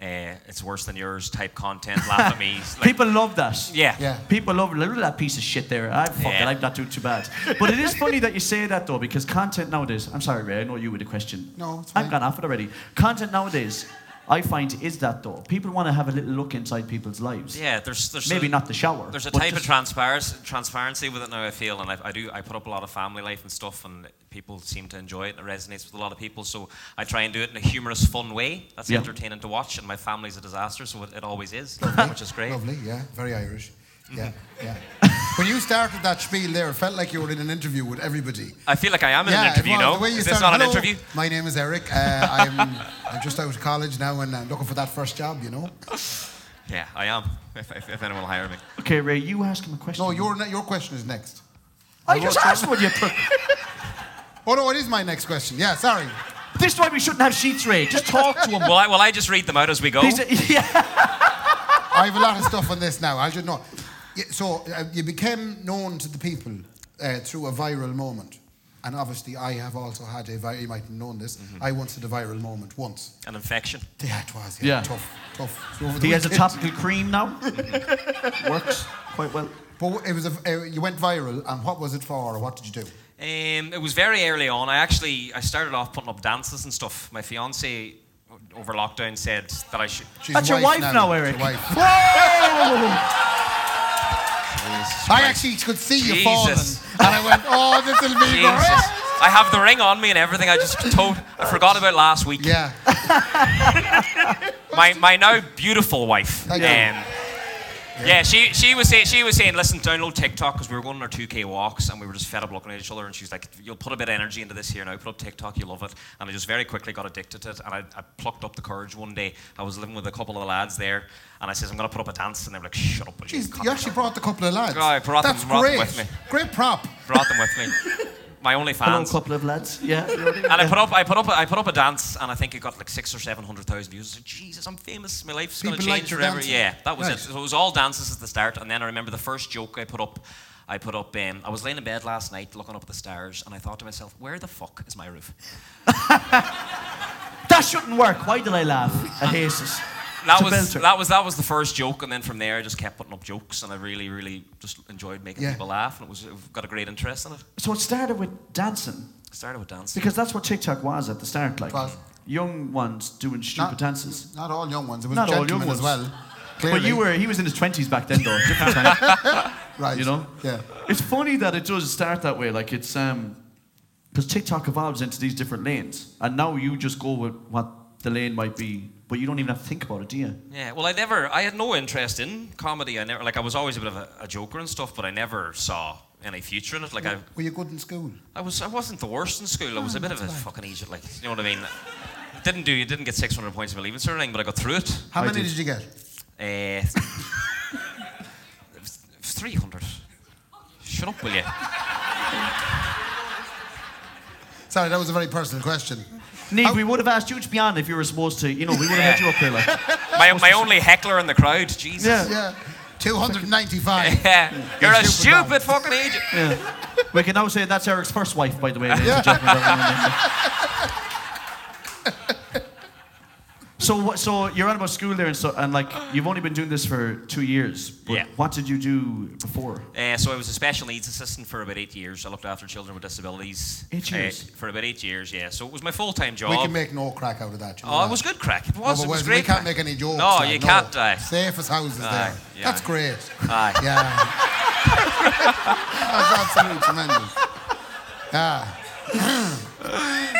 S7: uh, it's worse than yours type content. Laugh at me. like-
S2: People love that.
S7: Yeah.
S3: Yeah.
S2: People love look at that piece of shit there. I fuck it,
S7: Yeah.
S2: I'm not doing too bad. But it is funny that you say that though, because content nowadays. I'm sorry, Ray. I know you with a question.
S3: No, it's
S2: I've
S3: fine.
S2: gone off it already. Content nowadays, I find is that though. People want to have a little look inside people's lives.
S7: Yeah. There's there's
S2: Maybe
S7: a-
S2: not the shower.
S7: There's a
S2: but
S7: type of
S2: just-
S7: transparency, transparency with it now. I feel, and I, I do. I put up a lot of family life and stuff, and people seem to enjoy it. and It resonates with a lot of people, so I try and do it in a humorous, fun way that's
S2: Yeah.
S7: entertaining to watch. And my family's a disaster, so it, it always is, which is great.
S3: Lovely, yeah. Very Irish. Yeah,
S7: Mm-hmm.
S3: yeah. when you started that spiel there, it felt like you were in an interview with everybody.
S7: I feel like I am in an
S3: yeah,
S7: interview.
S3: it was.
S7: No,
S3: The way you
S7: is this
S3: started,
S7: not an
S3: "Hello,
S7: interview?
S3: My name is Eric. Uh, I'm, I'm just out of college now and I'm looking for that first job, you know?
S7: Yeah, I am. If, if, if anyone will hire me.
S2: Okay, Ray, you ask him a question.
S3: No, your, ne- your question is next.
S2: I just asked what you. put.
S3: Oh, no, it is my next question. Yeah, sorry.
S2: This is why we shouldn't have sheets, Ray. Just talk to him.
S7: Well, I, well, I just read them out as we go.
S2: He's a- yeah.
S3: I have a lot of stuff on this now. I should know. Yeah, So uh, you became known to the people uh, through a viral moment. And obviously, I have also had a viral, you might have known this,
S7: Mm-hmm.
S3: I once had a viral moment once.
S7: An infection.
S3: Yeah, it was.
S2: Yeah.
S3: Yeah, tough, tough. So over the
S2: He has a
S3: weekend-
S2: topical cream now. Works quite well.
S3: But it was a, uh, you went viral, and what was it for, or what did you do?
S7: Um, it was very early on. I actually I started off putting up dances and stuff. My fiance over lockdown said that I should.
S3: She's
S2: That's
S3: a
S2: your wife now,
S3: It's
S2: Eric.
S3: a wife.
S2: Whoa!
S3: I actually could see you
S7: Jesus.
S3: falling, and I went, "Oh, this will be
S7: Jesus.
S3: great."
S7: I have the ring on me and everything. I just told, I forgot about last week.
S3: Yeah,
S7: My, my now beautiful wife. um,
S3: Thank you.
S7: yeah. she she was saying she was saying, listen, download TikTok because we were going on our 2K walks and we were just fed up looking at each other. And she was like, you'll put a bit of energy into this here now. Put up TikTok, you love it. And I just very quickly got addicted to it. And I, I plucked up the courage one day. I was living with a couple of the lads there, and I says, I'm gonna put up a dance, and they were like, shut up. will you
S3: Jeez,
S7: cunt."
S3: you actually brought the couple of lads.
S7: Oh, I brought them-
S3: That's
S7: brought them
S3: great.
S7: with me.
S3: Great prop.
S7: brought them with me. My only
S2: Hello,
S7: fans.
S2: couple of lads. Yeah. you know what I mean?
S7: And I put up, I put up, I put up a dance, and I think it got like six or seven hundred thousand views. I was like, Jesus, I'm famous. My life's gonna
S3: People liked
S7: change
S3: your
S7: forever.
S3: dancing.
S7: Yeah, that was it.
S3: Nice.
S7: So it was all dances at the start, and then I remember the first joke I put up. I put up. Um, I was laying in bed last night, looking up at the stars, and I thought to myself, "Where the fuck is my roof?"
S2: That shouldn't work. Why did I laugh at Jesus? It's
S7: That
S2: a
S7: was
S2: belter.
S7: that was that was the first joke, and then from there I just kept putting up jokes, and I really, really just enjoyed making
S3: Yeah.
S7: people laugh, and it was it got a great interest in it.
S2: So it started with dancing
S7: I started with dancing.
S2: because that's what TikTok was at the start, like
S3: Was.
S2: young ones doing stupid
S3: Not-
S2: dances.
S3: Not all young ones. It was
S2: Not all young
S3: gentlemen as
S2: ones.
S3: well. Clearly.
S2: But you were—he was in his twenties back then, though. Different time.
S3: right?
S2: you know?
S3: Yeah.
S2: It's funny that it does start that way. Like it's um, because TikTok evolves into these different lanes, and now you just go with what the lane might be, but you don't even have to think about it, do you?
S7: Yeah, well, I never, I had no interest in comedy. I never, like, I was always a bit of a, a joker and stuff, but I never saw any future in it. Like, I,
S3: Were you good in school?
S7: I was, I wasn't the worst in school. I was a bit of a fucking idiot. Like, you know what I mean? Didn't do, you didn't get 600 points in my leaving cert or anything, but I got through it.
S3: How
S2: I
S3: many
S2: did.
S3: did. you get?
S7: Uh, it was- it was 300. Shut up, will you?
S3: Sorry, that was a very personal question.
S2: Neve, we would have asked you to be on if you were supposed to. You know, we would have had you up here. Like,
S7: My, my only heckler in the crowd. Jesus.
S2: Yeah.
S3: Yeah, 295.
S7: Yeah. You're a
S3: Stupid man.
S7: stupid fucking idiot.
S2: we can now say that's Eric's first wife, by the way. ladies and
S3: Yeah.
S2: gentlemen, everyone. so, what, so you're on about school there, and so and like you've only been doing this for two years. but
S7: Yeah.
S2: What did you do before?
S7: Uh, so I was a special needs assistant for about eight years. I looked after children with disabilities.
S2: Eight
S7: uh,
S2: years?
S7: for about eight years, yeah. So it was my full-time job.
S3: We can make no crack out of that. You know
S7: oh,
S3: that.
S7: it was good crack. It
S3: No,
S7: was.
S3: but
S7: it was
S3: Wes,
S7: great.
S3: We can't
S7: crack.
S3: make any jokes.
S7: No,
S3: like,
S7: you can't. Uh,
S3: Safe as houses
S7: Aye,
S3: there.
S7: yeah.
S3: That's great.
S7: Aye.
S3: Yeah. That's absolutely tremendous. Yeah.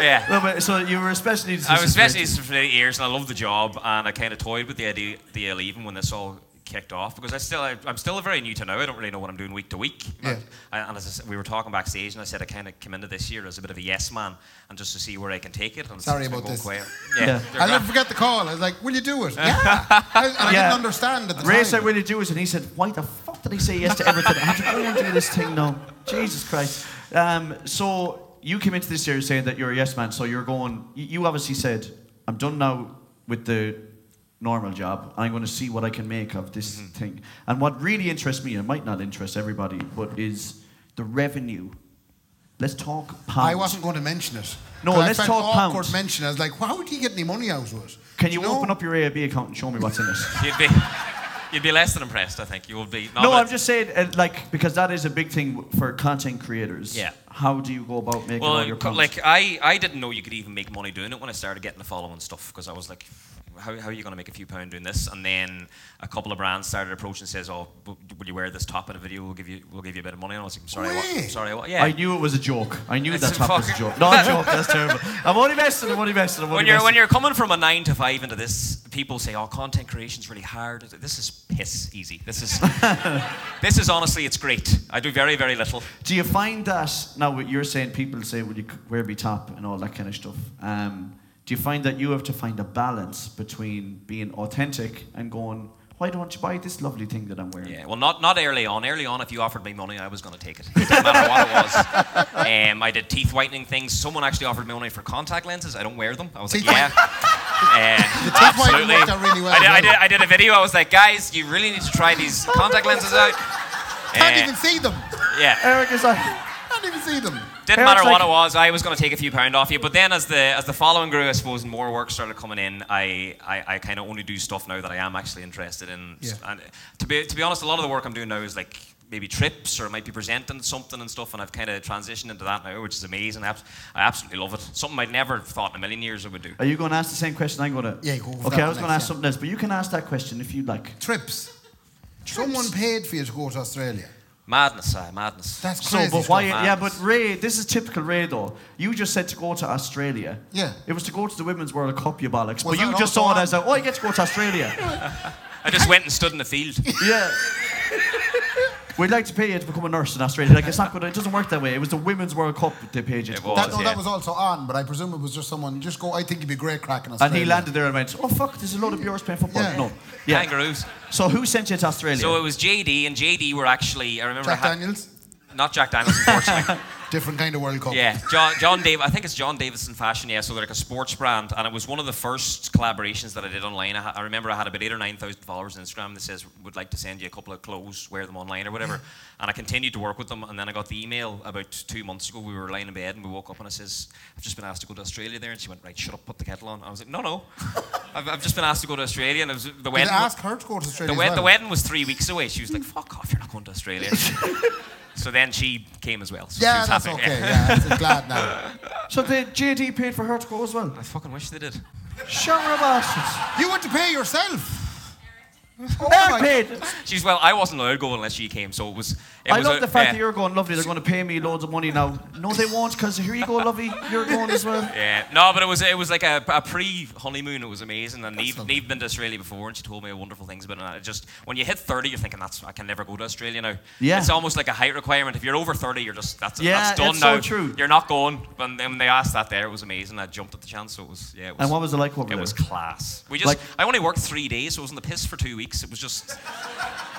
S7: yeah.
S2: No, but so you were especially.
S7: I was special needs for eight years, and I loved the job, and I kind of toyed with the idea, the idea leaving when this all kicked off because I still I, I'm still very new to now. I don't really know what I'm doing week to week.
S3: Yeah.
S7: And, I- and as I said, we were talking backstage, and I said I kind of came into this year as a bit of a yes man, and just to see where I can take it. And
S3: Sorry
S7: it's been
S3: about
S7: going
S3: this.
S7: Quiet.
S2: Yeah.
S7: Yeah.
S3: I'll
S7: yeah.
S3: never forget the call. I was like, will you do it? yeah. I, and I
S2: Yeah.
S3: didn't understand at the
S2: Ray
S3: time.
S2: said, "Will you do it?" And he said, "Why the fuck did I say yes to everything? I have to go and do this thing now." Jesus Christ. Um, so you came into this year saying that you're a yes man. So you're going. You you obviously said, "I'm done now with the normal job. I'm going to see what I can make of this thing." And what really interests me, and might not interest everybody, but is the revenue. Let's talk pounds.
S3: I wasn't going to mention it.
S2: No,
S3: 'Cause I
S2: let's
S3: felt
S2: talk
S3: awkward
S2: pounds.
S3: mention. it. I was like, well, how would you get any money out of it?
S2: Can you,
S3: know?
S2: open up your AIB account and show me what's in it?
S7: You'd be you'd be less than impressed. I think you would be.
S2: No,
S7: but-
S2: I'm just saying, uh, like, because that is a big thing w- for content creators.
S7: Yeah.
S2: How do you go about making all
S7: Well,
S2: your
S7: co-
S2: pounds?
S7: like I, I didn't know you could even make money doing it when I started getting the following stuff because I was like, how, how are you going to make a few pound doing this? And then a couple of brands started approaching and says, oh, w- will you wear this top in a video? We'll give you we'll give you a bit of money. And I was like, I'm sorry, what?
S3: Way.
S7: I'm sorry, what? Yeah.
S2: I knew it was a joke. I knew
S7: It's
S2: that
S7: a
S2: top was a
S7: fucking-
S2: joke. Not a joke. That's terrible. I'm only messing. I'm only messing. I'm only
S7: when you're
S2: messing.
S7: when you're coming from a nine to five into this, people say, "Oh, content creation's really hard." This is piss easy. This is this is honestly, it's great. I do very very little.
S2: do you find that now? What you're saying, people say, "Will you c- wear me top?" and all that kind of stuff. Um, do you find that you have to find a balance between being authentic and going, "Why don't you buy this lovely thing that I'm wearing?"
S7: Yeah, well, not not early on. Early on, if you offered me money, I was going to take it. It didn't matter what it was. Um, I did teeth whitening things. Someone actually offered me money for contact lenses. I don't wear them. I was like,
S3: Teeth
S7: yeah. Uh,
S3: teeth whitening
S7: absolutely.
S3: worked out really well
S7: I, did, I,
S3: as well.
S7: did, I did a video. I was like, guys, you really need to try these contact lenses out.
S3: Can't
S7: Uh,
S3: even see them.
S7: yeah.
S2: Eric is like,
S3: Can't even see them.
S2: Eric's
S7: Didn't matter
S2: like-
S7: what it was. I was going to take a few pound off you, but then as the as the following grew, I suppose, and more work started coming in, I I, I kind of only do stuff now that I am actually interested in.
S3: Yeah.
S7: And to be to be honest, a lot of the work I'm doing now is like maybe trips or it might be presenting something and stuff, and I've kind of transitioned into that now, which is amazing. I, abs- I absolutely love it. Something I'd never thought in a million years I would do.
S2: "Are you going to ask the same question I'm going to?"
S3: Yeah, go with
S2: Okay,
S3: that
S2: I was
S3: one
S2: going to ask
S3: next, yeah.
S2: something else, but you can ask that question if you like.
S3: Trips. Someone paid for you to go to Australia.
S7: Madness, aye, madness.
S3: That's
S2: So,
S3: crazy.
S2: but why?
S7: stuff
S2: Yeah, but
S7: happens.
S2: Ray, this is typical Ray though. You just said to go to Australia.
S3: Yeah.
S2: It was to go to the Women's World Cup, you bollocks.
S3: Was
S2: but you
S3: that
S2: just
S3: also
S2: saw it
S3: on?
S2: as a, oh, you get to go to Australia.
S7: I just went and stood in the field.
S2: yeah. We'd like to pay you to become a nurse in Australia. Like it's not good. It doesn't work that way. It was the Women's World Cup that they paid you to
S7: It
S2: go.
S7: was.
S3: That, no,
S7: yeah.
S3: that was also on, but I presume it was just someone. Just go. I think you'd be great cracking Australia.
S2: And he landed there and went, oh fuck, there's a load of yours playing football.
S3: Yeah.
S2: No. Yeah.
S7: Kangaroos.
S2: So who sent you to Australia?
S7: So uh, it was JD, and JD were actually I remember
S3: Jack
S7: I had-
S3: Daniels,
S7: not Jack Daniels, unfortunately.
S3: different kind of World Cup.
S7: Yeah, John, John Dave. I think it's John Davidson Fashion. Yeah, so they're like a sports brand, and it was one of the first collaborations that I did online. I, ha- I remember I had about eight or nine thousand followers on Instagram that says would like to send you a couple of clothes, wear them online or whatever. And I continued to work with them, and then I got the email about two months ago. We were lying in bed, and we woke up, and I says, "I've just been asked to go to Australia there." And she went, "Right, shut up, put the kettle on." I was like, "No, no, I've, I've just been asked to go to Australia." And it was the
S3: Did
S7: wedding.
S3: they ask her to go to Australia?
S7: The,
S3: as
S7: wed-
S3: well?
S7: the wedding was three weeks away. She was like, "Fuck off! You're not going to Australia." so then she came as well. So she
S3: Yeah,
S7: was
S3: that's
S7: happy.
S3: okay. Yeah, I'm glad now.
S2: so the JD paid for her to go as well.
S7: I fucking wish they did.
S2: Sure of bastards.
S3: You went to pay yourself. Oh
S2: Eric
S3: my-
S2: paid.
S7: She's well. I wasn't allowed to go unless she came, so it was. It
S2: I
S7: was
S2: love
S7: a-
S2: the fact
S7: yeah.
S2: that you're going lovely. They're going to pay me loads of money now. No, they won't, because here you go, lovely. You're going as well.
S7: Yeah. No, but it was it was like a, a pre honeymoon. It was amazing, and Neve,
S3: lovely.
S7: Neve been to Australia before, and she told me wonderful things about it. And I just when you hit thirty, you're thinking that's I can never go to Australia now.
S2: Yeah.
S7: It's almost like a height requirement. If you're over thirty, you're just that's
S2: Yeah,
S7: that's done
S2: it's so
S7: now.
S2: true.
S7: You're not going. And then when they asked that there, it was amazing. I jumped at the chance, so it was yeah. It was,
S2: And what was it like over
S7: It
S2: there?
S7: was class. We just
S2: Like-
S7: I only worked three days, so I was on the piss for two weeks. It was just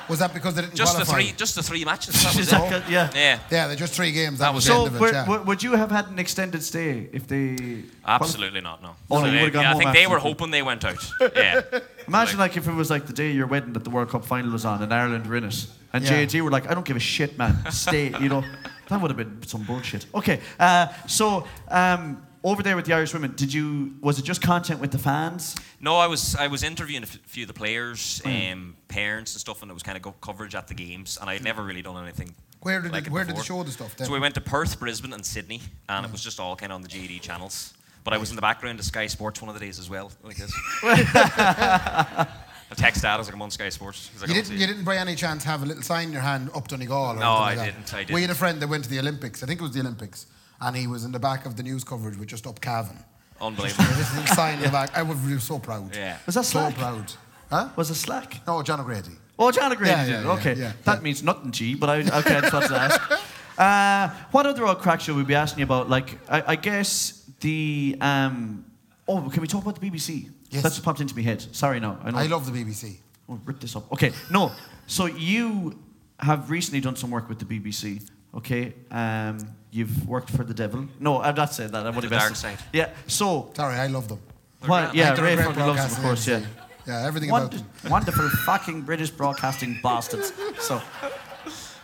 S3: Was that because they didn't
S7: just the
S3: qualify?
S7: three just the three matches. That was
S2: Is that
S7: it.
S2: good? uh, Yeah.
S7: Yeah.
S3: Yeah, they're just three games. That,
S7: That
S3: was
S7: was
S3: the
S7: it.
S2: So,
S3: end of
S2: were-
S3: it. Yeah.
S2: were- would you have had an extended stay if they?
S7: Absolutely not. No.
S2: Oh, no,
S7: So
S2: you
S7: they-
S2: would've gone
S7: yeah, I
S2: home
S7: think they
S2: after
S7: were
S2: the-
S7: hoping they went out. Yeah.
S2: Imagine like if it was like the day of your wedding that the World Cup final was on and Ireland were in it, and
S3: Yeah.
S2: JG were like, "I don't give a shit, man. Stay." You know, that would have been some bullshit. Okay, uh, so um, over there with the Irish women, did you? Was it just content with the fans?
S7: No, I was I was interviewing a f- few of the players,
S2: Hmm.
S7: um, parents and stuff, and it was kind of go- coverage at the games, and I'd never really done anything.
S3: Where did
S7: like
S3: they-
S7: it
S3: where did they
S7: before.
S3: show the stuff then? Hmm.
S7: So we went to Perth, Brisbane, and Sydney, and it was just all kind of on the JD channels. But I was in the background of Sky Sports one of the days as well, like this. I text out, I was like, I'm on Sky Sports. He's like,
S3: You
S7: "I don't
S3: didn't, you
S7: see it."
S3: didn't by any chance have a little sign in your hand up Donegal? Or anything
S7: I
S3: like that?
S7: didn't, I
S3: We had
S7: didn't.
S3: a friend that went to the Olympics. I think it was the Olympics, and he was in the back of the news coverage with just up Cavan.
S7: Unbelievable.
S3: This little sign in the back. I would be so proud.
S7: Yeah.
S2: Was that
S3: so
S2: slack?
S3: proud. Huh?
S2: Was it slack?
S3: No, John O'Grady.
S2: Oh, John O'Grady
S3: Yeah,
S2: did
S3: yeah,
S2: it.
S3: yeah,
S2: okay.
S3: yeah,
S2: that
S3: yeah.
S2: means nothing, G, but I, okay, I just wanted to ask. Uh, what other old crack should we be asking you about? Like, I, I guess the. Um, oh, can we talk about the BBC?
S3: Yes.
S2: That just popped into my head. Sorry, no. I, know.
S3: I love the BBC.
S2: Oh, rip this up. Okay, no. So you have recently done some work with the BBC. Okay, um, you've worked for the devil. No, I'm not saying that. I would have
S7: The dark
S2: asked-
S7: side.
S2: Yeah. So,
S3: Sorry, I love them.
S2: well, yeah,
S3: They're a
S2: Ray
S3: great
S2: fucking loves them, of
S3: broadcasting
S2: course. Yeah.
S3: agency. Yeah, everything about
S2: Wonder,
S3: them.
S2: wonderful fucking British broadcasting bastards. So,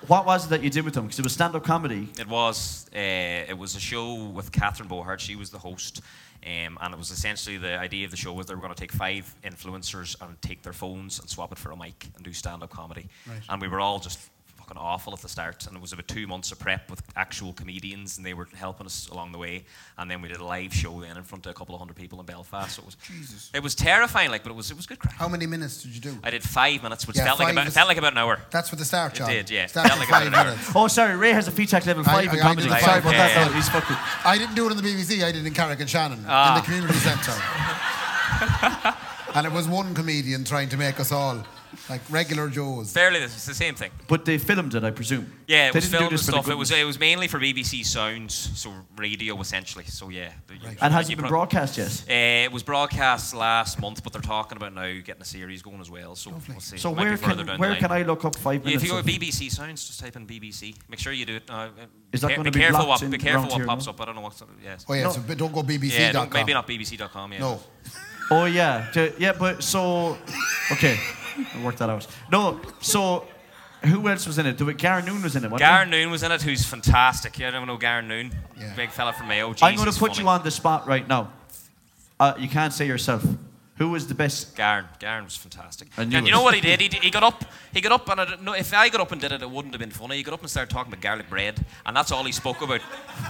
S2: what was it that you did with them? Because it was stand-up comedy.
S7: It was. Uh, it was a show with Catherine Bohart. She was the host, um, and it was essentially the idea of the show was they were going to take five influencers and take their phones and swap it for a mic and do stand-up comedy. And we were all just fucking awful at the start, and it was about two months of prep with actual comedians, and they were helping us along the way. And then we did a live show then in front of a couple of hundred people in Belfast. So it was
S3: Jesus.
S7: It was terrifying, like, but it was it was good crack.
S3: How many minutes did you do?
S7: I did five minutes, which
S3: Yeah,
S7: felt like
S3: five
S7: about
S3: is-
S7: felt like about an hour.
S3: That's for the start,
S7: It
S3: John.
S7: did, yeah.
S3: Start
S7: Felt
S3: with
S7: like
S3: five
S7: about an hour.
S3: minutes.
S2: Oh, sorry, Ray has a VTech level
S3: I-
S2: five
S3: I-
S2: in
S3: I
S2: comedy.
S3: did the
S2: Sorry
S7: five,
S2: about
S7: yeah,
S2: that.
S7: yeah.
S2: He's fucking.
S3: I didn't do it in the BBC. I did it in Carrick and Shannon
S7: Ah.
S3: in the community centre. and it was one comedian trying to make us all like regular Joes.
S7: Fairly, it's the same thing.
S2: But they filmed it, I presume.
S7: Yeah, it
S2: They
S7: was
S2: didn't do
S7: filmed and
S2: this for the
S7: stuff. It was
S2: goodness.
S7: it was mainly for BBC Sounds, so radio essentially. So yeah. the-
S2: And has it
S7: you
S2: been
S7: pro-
S2: broadcast yet?
S7: Uh, it was broadcast last month, but they're talking about now getting a series going as well. So we'll see.
S2: So
S7: It might be
S2: where
S7: further
S2: can
S7: down the
S2: where
S7: line.
S2: can I look up five
S7: Yeah,
S2: minutes?
S7: if you go
S2: of-
S7: to BBC Sounds, just type in BBC. Make sure you do it. Uh,
S2: Is that
S7: be,
S2: gonna
S7: be
S2: be
S7: careful
S2: blocked
S7: what
S2: in-
S7: be careful
S2: around
S7: what
S2: here,
S7: pops
S2: no?
S7: up? I don't know what's yes.
S3: Oh yeah,
S2: No.
S3: so b- don't go BBC.
S7: yeah, don't- maybe not BBC.com. Yeah.
S3: No,
S2: Oh yeah, J- yeah. But so, okay, I'll work that out. No, so who else was in it? Do it? Gary Noon was in it. wasn't he?
S7: Garen Noon was in it, who's fantastic. Yeah, I don't know Garen Noon,
S3: Yeah.
S7: big fella from Mayo.
S2: I'm going to put you on the spot right now. Uh, you can't say yourself. Who was the best?
S7: Garen. Garen was fantastic.
S2: I
S7: And
S2: knew
S7: you
S2: it.
S7: know what he did? He, d- he got up. He got up, and I, don't know if I got up and did it, it wouldn't have been funny. He got up and started talking about garlic bread, and that's all he spoke about.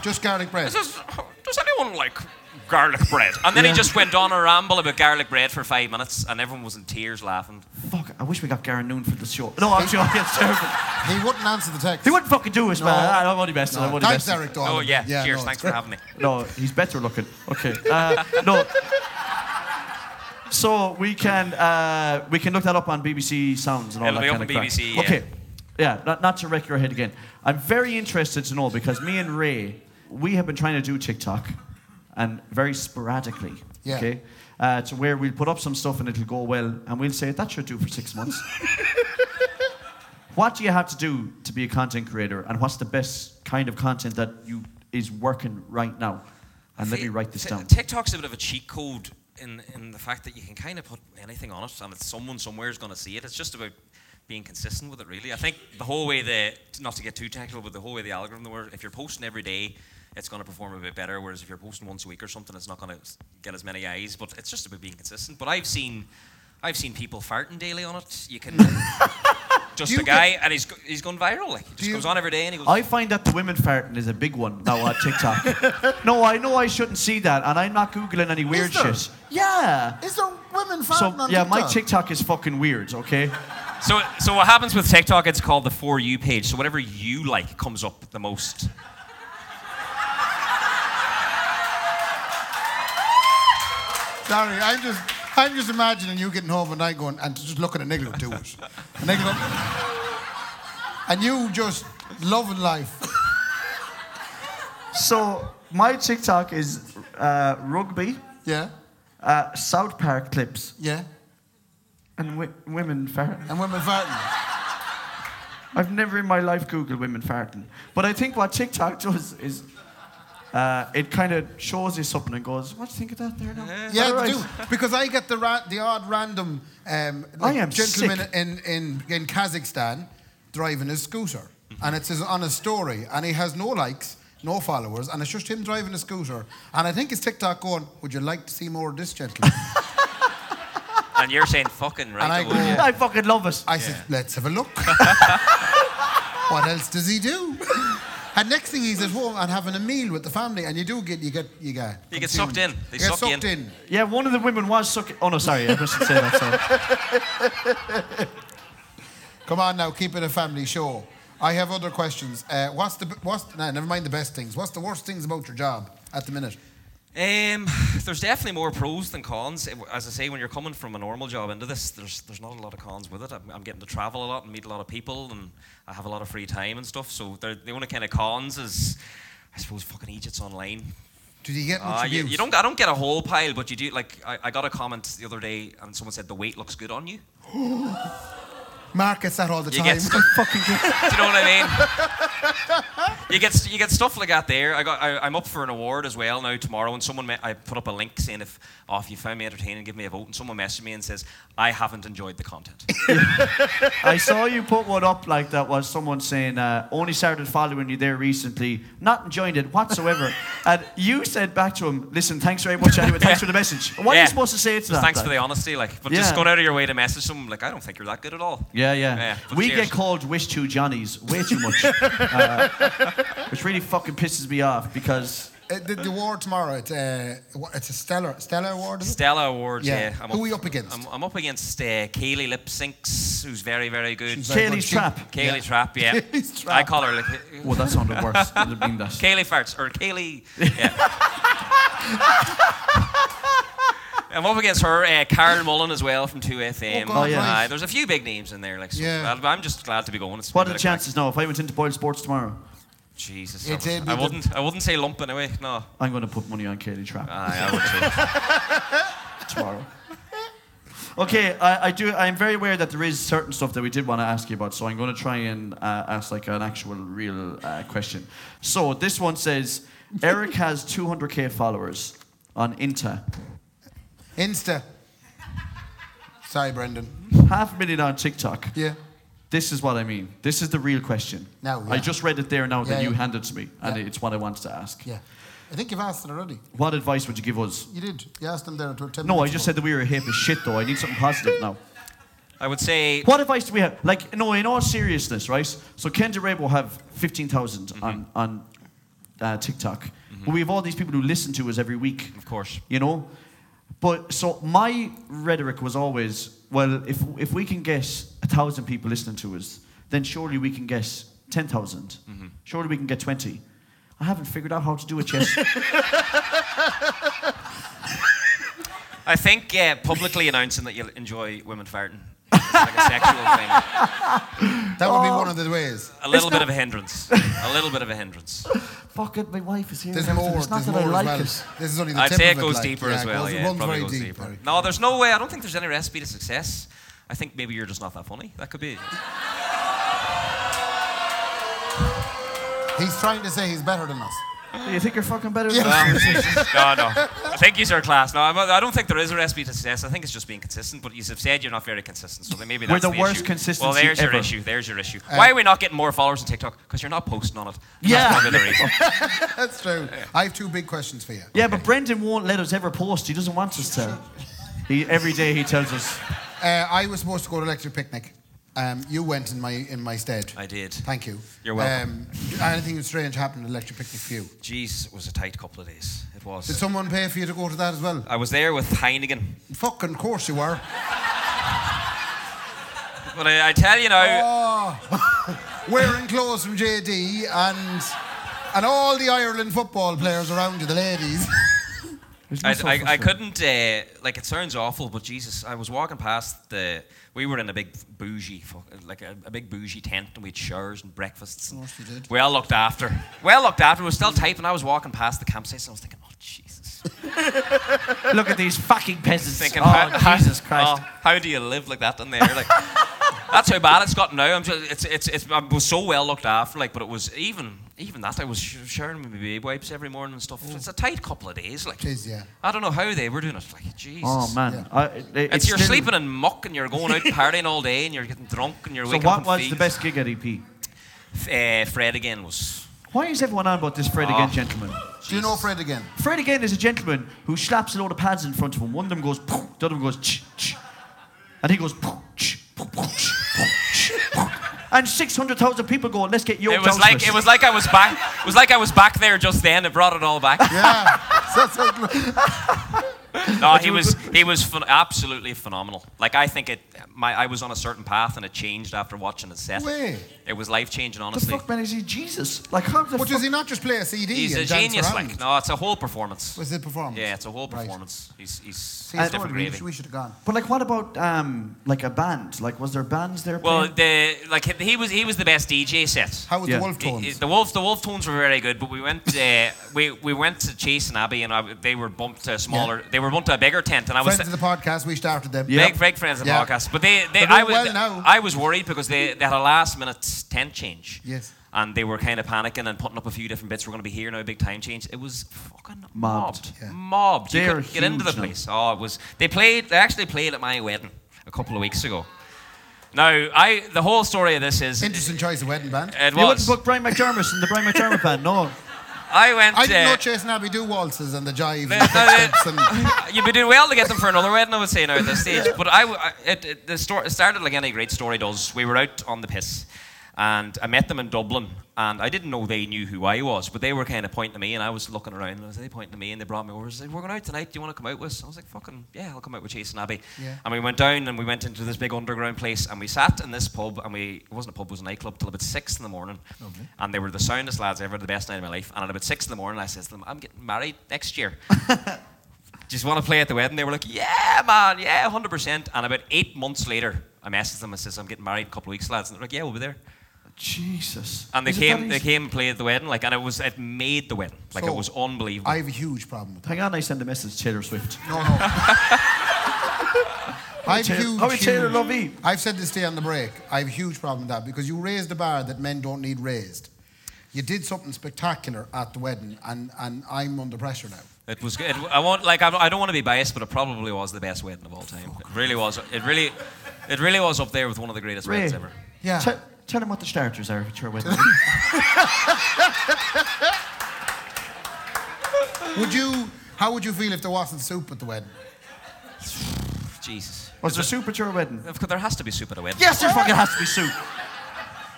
S3: just garlic bread.
S7: Does, does anyone like garlic bread? And then he just went on a ramble about garlic bread for five minutes, and everyone was in tears laughing.
S2: Fuck! I wish we got Gary Noon for the show. No, I'm sure it's terrible.
S3: He wouldn't answer the text.
S2: He wouldn't fucking do us, man. I- I'm only best. I'm only
S3: Thanks,
S2: best.
S3: Eric Doyle.
S7: oh yeah, cheers.
S3: no, it's
S7: Thanks for
S3: great.
S7: having me.
S2: No, he's better looking. Okay. Uh, no. So we can uh, we can look that up on BBC Sounds and all
S7: It'll
S2: that
S7: be up
S2: kind of
S7: on
S2: crap.
S7: BBC, yeah.
S2: Okay. Yeah, not, not to wreck your head again. I'm very interested to know because me and Ray, we have been trying to do TikTok, and very sporadically.
S3: Yeah.
S2: Okay. Uh, to where we'll put up some stuff and it'll go well, and we'll say that should do for six months. what do you have to do to be a content creator, and what's the best kind of content that you is working right now? And let me write this
S7: Ti-
S2: down.
S7: TikTok's a bit of a cheat code in in the fact that you can kind of put anything on it, and it's someone somewhere is going to see it. It's just about being consistent with it, really. I think the whole way the not to get too technical, but the whole way the algorithm works. If you're posting every day, it's going to perform a bit better. Whereas if you're posting once a week or something, it's not going to get as many eyes. But it's just about being consistent. But I've seen. I've seen people farting daily on it. You can just
S3: you
S7: a guy, and he's go- he's gone viral. Like he just
S3: you-
S7: goes on every day, and he goes.
S2: I find that the women farting is a big one now on TikTok. no, I know I shouldn't see that, and I'm not googling any weird
S3: there?
S2: shit. Yeah.
S3: Is there women farting
S2: So
S3: on
S2: yeah,
S3: TikTok?
S2: my TikTok is fucking weird. Okay.
S7: So, so what happens with TikTok? It's called the for you page. So whatever you like comes up the most.
S3: Sorry, I'm just, I'm just imagining you getting home at night going and just looking at Nicola do it. And Nicola, and you just loving life.
S2: So my TikTok is uh, rugby,
S3: Yeah,
S2: uh, South Park clips,
S3: yeah.
S2: and wi- women farting.
S3: And women farting.
S2: I've never in my life Googled women farting. But I think what TikTok does is uh, it kind of shows you something and goes, what do you think of that there now? Is that
S3: Yeah, they
S2: right?"
S3: do. Because I get the ra- the odd random um,
S2: I am
S3: gentleman
S2: sick.
S3: in, in, in Kazakhstan driving his scooter. And it's his- on a story, and he has no likes, no followers, and it's just him driving a scooter. And I think his TikTok going, Would you like to see more of this gentleman?
S7: And you're saying fucking right.
S3: And I
S7: I would,
S3: go-
S7: yeah.
S2: I fucking love it.
S3: I said, let's have a look. what else does he do? And next thing he's at home and having a meal with the family, and you do get you get you get
S7: You get
S3: consumed.
S7: sucked in. They
S3: you get
S7: suck you
S3: sucked
S7: in.
S3: in.
S2: Yeah, one of the women was sucking. Oh no, sorry, I mustn't say that. Sorry.
S3: Come on now, keep it a family show. I have other questions. Uh, what's the b- what's no, never mind the best things. What's the worst things about your job at the minute?
S7: Um, there's definitely more pros than cons. It- As I say, when you're coming from a normal job into this, there's there's not a lot of cons with it. I'm, I'm getting to travel a lot and meet a lot of people, and I have a lot of free time and stuff. So they're- the only kind of cons is, I suppose, fucking idiots online.
S3: Did you get much
S7: Uh, you,
S3: abuse?
S7: you don't. I don't get a whole pile, but you do. Like I, I got a comment the other day, and someone said the weight looks good on you.
S3: Mark gets that all the
S7: You
S3: time.
S7: get stuff. Do you know what I mean? You get st- you get stuff like that there. I got. I, I'm up for an award as well now tomorrow, and someone me- I put up a link saying if oh, if you found me entertaining, give me a vote. And someone messaged me and says I haven't enjoyed the content.
S2: I saw you put one up like that was someone saying, uh, only started following you there recently, not enjoying it whatsoever. and you said back to him, listen, thanks very much anyway, thanks for the message. What are
S7: Yeah.
S2: you supposed to say to
S7: Just
S2: that?
S7: Thanks
S2: like?
S7: for the honesty, like, but
S2: Yeah.
S7: just going out of your way to message someone like I don't think you're that good at all.
S2: Yeah, yeah.
S7: Yeah, but
S2: we
S7: cheers.
S2: get called wish two Johnnies way too much, uh, which really fucking pisses me off because
S3: Uh, the, the award tomorrow, it's, uh, wha- it's a Stellar, Stellar Award, is it?
S7: Stella Awards,
S3: Yeah.
S7: yeah.
S3: Who are you up against?
S7: I'm, I'm up against uh, Kaylee Lipsinks, who's very, very good.
S3: She's very
S2: Kaylee's
S3: much-
S2: trap.
S7: Kaylee Trap, yeah.
S3: Kaylee's Trap.
S7: I call her like uh,
S2: Well, that sounded worse. It would have been that.
S7: Kaylee Farts or Kaylee. Yeah. I'm up against her, uh, Karen Mullen as well from 2FM.
S3: Oh, God,
S2: Oh, yeah.
S7: Aye,
S3: right.
S7: there's a few big names in there. Like, so
S3: Yeah.
S7: I'm just glad to be going. It's been
S2: What
S7: a
S2: are the
S7: bit of crack.
S2: chances now? If I went into Boyle Sports tomorrow,
S7: Jesus,
S3: It's,
S7: I,
S3: uh,
S7: would,
S3: be
S7: I
S3: the-
S7: wouldn't. I wouldn't say lumping away. No,
S2: I'm going to put money on Katie Trap
S7: aye, I would. Too.
S2: tomorrow. Okay, I, I do. I'm very aware that there is certain stuff that we did want to ask you about, so I'm going to try and uh, ask like an actual, real uh, question. So this one says, Eric has 200k followers on Inta,
S3: Insta. Sorry, Brendan.
S2: half a million on TikTok.
S3: Yeah.
S2: This is what I mean. This is the real question.
S3: Now,
S2: I
S3: yeah.
S2: just read it there now
S3: Yeah,
S2: that you
S3: yeah.
S2: handed to me, and
S3: Yeah.
S2: it's what I wanted to ask.
S3: Yeah. I think you've asked it already.
S2: What advice would you give us?
S3: You did. You asked them there to attend.
S2: No, I just said that we were a heap of shit, though. I need something positive now.
S7: I would say
S2: What advice do we have? Like, no, in all seriousness, right? So Ken Durebo have 15,000
S7: Mm-hmm.
S2: on, on uh, TikTok. But we have all these people who listen to us every week.
S7: Of course.
S2: You know? But so my rhetoric was always, well, if, if we can get 1,000 people listening to us, then surely we can get 10,000.
S7: Mm-hmm.
S2: Surely we can get 20. I haven't figured out how to do it yet.
S7: I think uh, publicly announcing that you enjoy women farting. It's like a sexual thing.
S3: That would be
S7: Ah!
S3: one of the ways.
S7: A little bit of a hindrance. A little bit of a hindrance.
S2: Fuck it, my wife is here.
S3: There's
S2: and everything.
S3: more.
S2: It's not
S3: There's
S2: that
S3: more
S2: I like
S3: as well.
S2: it.
S3: This is only the
S7: I'd
S3: tip
S7: say
S3: of
S7: it goes
S3: like,
S7: deeper
S3: yeah,
S7: as
S3: it
S7: well.
S3: goes- it
S7: yeah,
S3: runs
S7: it probably
S3: very
S7: goes
S3: deep,
S7: deeper.
S3: Eric.
S7: No, there's no way. I don't think there's any recipe to success. I think maybe you're just not that funny. That could be.
S3: He's trying to say he's better than us.
S2: You think you're fucking better than
S3: Yeah.
S2: us?
S7: no, no. I think you're class. No, I'm- I don't think there is a recipe to success. I think it's just being consistent. But you have said you're not very consistent, so then maybe
S2: We're
S7: that's
S2: the worst
S7: issue. Well,
S2: consistency
S7: there's
S2: ever.
S7: your issue. There's your issue.
S3: Uh,
S7: Why are we not getting more followers on TikTok? Because you're not posting on it.
S2: Yeah.
S7: That's probably the reason.
S3: That's true. I have two big questions for you.
S2: Yeah, but Brendan won't let us ever post. He doesn't want us to. He, every day he tells us.
S3: Uh, I was supposed to go to Electric Picnic. Um, you went in my in my stead.
S7: I did.
S3: Thank you.
S7: You're welcome.
S3: Um, anything strange happened at Electric Picnic for you?
S7: Jeez, it was a tight couple of days. It was.
S3: Did someone pay for you to go to that as well?
S7: I was there with Heineken.
S3: Fucking course you were.
S7: But I, I tell you
S3: Oh.
S7: now,
S3: Ah. Wearing clothes from JD and and all the Ireland football players around you, the ladies.
S2: There's no
S7: I,
S2: self
S7: I, I
S2: respect.
S7: couldn't, uh, like, it sounds awful, but Jesus, I was walking past the, we were in a big bougie, fuck- like a, a big bougie tent, and we had showers and breakfasts. And
S3: course you did.
S7: Well looked after. Well looked after. It was still tight, and I was walking past the campsites, and I was thinking, oh, Jesus.
S2: Look at these fucking peasants.
S7: Thinking,
S2: oh, Jesus Christ.
S7: oh, how do you live like that in there? Like, that's how bad it's gotten now. I'm just, it's, it's, it's, I was so well looked after, like, but it was even, even that, I was sh- sharing my baby wipes every morning and stuff. It's a tight couple of days, like.
S3: Jeez, yeah.
S7: I don't know how they were doing it. Like, Jesus.
S2: Oh, man. I, it,
S7: It's, you're
S2: still-
S7: sleeping in muck and you're going out partying all day and you're getting drunk and you're
S2: So,
S7: waking
S2: what
S7: up. in
S2: was the
S7: fields.
S2: best gig at EP?
S7: Uh, Fred again was.
S2: Why is everyone on about this Fred
S7: Oh.
S2: again gentleman?
S3: Do you know Fred again?
S2: Fred again is a gentleman who slaps a load of pads in front of him. One of them goes, "Pow," the other one goes, ch, ch. and he goes, "Pow, ch, pow, pow, ch, pow, ch, pow." and 600,000 people go, let's get your
S7: It was like it was like I was back. It was like I was back there just then. It brought it all back.
S3: Yeah. So- so-
S7: No, he was he was phen absolutely phenomenal. Like I think it, my I was on a certain path and it changed after watching his set.
S3: Way.
S7: It was life changing,
S2: the
S7: honestly.
S2: fuck, man, is he Jesus? Like, how the
S3: But
S2: fuck?
S3: does he not just play a CD
S7: He's
S3: and
S7: a
S3: dance
S7: genius.
S3: around?
S7: Like no, it's a whole performance.
S3: Was it performance?
S7: Yeah, it's a whole
S3: Right.
S7: performance. He's he's,
S3: See,
S7: he's
S3: it's
S7: different
S3: all we
S7: gravy.
S3: should- We should have gone.
S2: But like, what about um, like a band? Like, was there bands there?
S7: Well,
S2: playing?
S7: the like he he was he was the best DJ set.
S3: How was
S2: Yeah.
S3: the Wolf
S7: I- I-
S3: Tones?
S7: The wolf, the wolf tones were very good, but we went, uh, we we went to Chase and Abbey, and I, they were bumped to a smaller, they were bumped to a bigger tent, and I was
S3: Friends of the podcast, we started them.
S2: Yeah.
S7: big, big friends of the
S3: Yeah.
S7: podcast. But they, they
S3: But
S7: I
S3: they're well
S7: was,
S3: now.
S7: I was worried because they, they had a last minute tent change.
S3: Yes.
S7: And they were kind of panicking and putting up a few different bits. We're going to be here now, big time change. It was fucking
S2: Mobbed.
S7: mobbed,
S3: Yeah.
S7: mobbed.
S2: They
S7: you
S2: are
S7: couldn't get into the
S2: huge now.
S7: place. Oh, it was. They played. They actually played at my wedding a couple of weeks ago. Now, I the whole story of this is
S3: Interesting choice of wedding band.
S7: It
S2: you wouldn't
S7: was.
S2: book Brian McDermott and the Brian McDermott band, no.
S7: I went.
S3: I didn't
S7: uh,
S3: know Chase and Abby do waltzes and the jive and
S7: No,
S3: the
S7: no,
S3: steps and
S7: You'd be doing well to get them for another wedding, I would say now at this stage. But I, w- I- it, it, the story it started like any great story does. We were out on the piss, and I met them in Dublin, and I didn't know they knew who I was, but they were kind of pointing to me, and I was looking around, and they pointing to me, and they brought me over. and said, "We're going out tonight. Do you want to come out with?" us?" I was like, "Fucking yeah, I'll come out with Chase and Abby."
S3: Yeah.
S7: And we went down, and we went into this big underground place, and we sat in this pub, and we it wasn't a pub, it was a nightclub till about six in the morning, and they were the soundest lads ever, the best night of my life. And at about six in the morning, I said to them, "I'm getting married next year." just want to play at the wedding. They were like, yeah, man, yeah, 100%. And about eight months later, I messaged them and says, I'm getting married in a couple of weeks, lads. And they're like, yeah, we'll be there.
S2: Jesus.
S7: And they
S2: Is it
S7: came,
S2: that
S7: they
S2: easy?
S7: came and played at the wedding. Like, and it was, it made the wedding. Like,
S3: So,
S7: it was unbelievable.
S3: I have a huge problem with that.
S2: Hang on, I send a message to Taylor Swift.
S3: No, no. I have huge.
S2: How is Taylor
S3: huge-
S2: Lovey?
S3: I've said this day on the break. I have a huge problem with that because you raised a bar that men don't need raised. You did something spectacular at the wedding, and, and I'm under pressure now.
S7: it was good. I want, like, I don't- I don't want to be biased, but it probably was the best wedding of all time. It really was. It really, it really was up there with one of the greatest
S2: Ray,
S7: weddings ever.
S3: Yeah.
S2: Te- tell him what the starters are at your wedding.
S3: Would you? How would you feel if there wasn't soup at the wedding?
S7: Jesus.
S2: Was there soup at your wedding?
S7: Of course, there has to be soup at a wedding.
S2: Yes, there fucking has to be soup.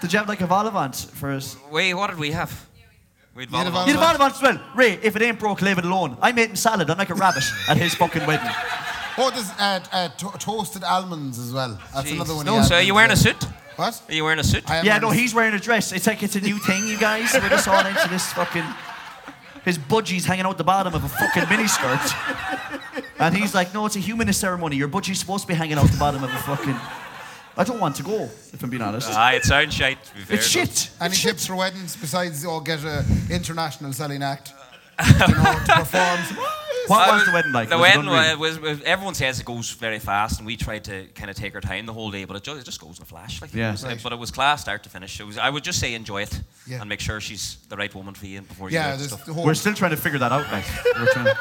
S2: Did you have like a volivant for us?
S7: Wait, what did we have? We'd
S3: You had a
S7: volleyball.
S2: You had a volivant as well. Ray, if it ain't broke, leave it alone. I'm eating salad. I'm like a rabbit at his fucking wedding.
S3: Oh, there's uh, uh, to- toasted almonds as well. That's another
S7: Jesus.
S3: one.
S7: No, so are you wearing a suit?
S3: What?
S7: Are you wearing a suit?
S3: I am
S2: Yeah,
S3: wearing
S2: no,
S3: a-
S2: he's wearing a dress. It's like it's a new thing, you guys. We're just all into this fucking. His budgies hanging out the bottom of a fucking miniskirt. And he's like, no, it's a humanist ceremony. Your budgie's supposed to be hanging out the bottom of a fucking. I don't want to go, if I'm being honest.
S7: Aye, it sounds shite. to be Ah, fair,
S2: it's
S7: though.
S2: shit.
S3: Any
S2: it's
S3: tips
S2: shit.
S3: for weddings besides or get a international selling act? you know, to perform.
S2: What
S7: I
S2: was the wedding like?
S7: The
S2: Was it
S7: wedding
S2: unreal?
S7: wa- was, was- everyone says it goes very fast, and we tried to kind of take our time the whole day, but it just, it just goes in a flash. Like,
S2: Yeah.
S7: it was-
S2: Right.
S7: But it was class, start to finish. It was, I would just say enjoy it
S3: Yeah.
S7: and make sure she's the right woman for you before you do
S3: Yeah,
S7: that
S3: this
S7: stuff.
S3: the whole.
S2: We're still trying to figure that out, like. We're trying to-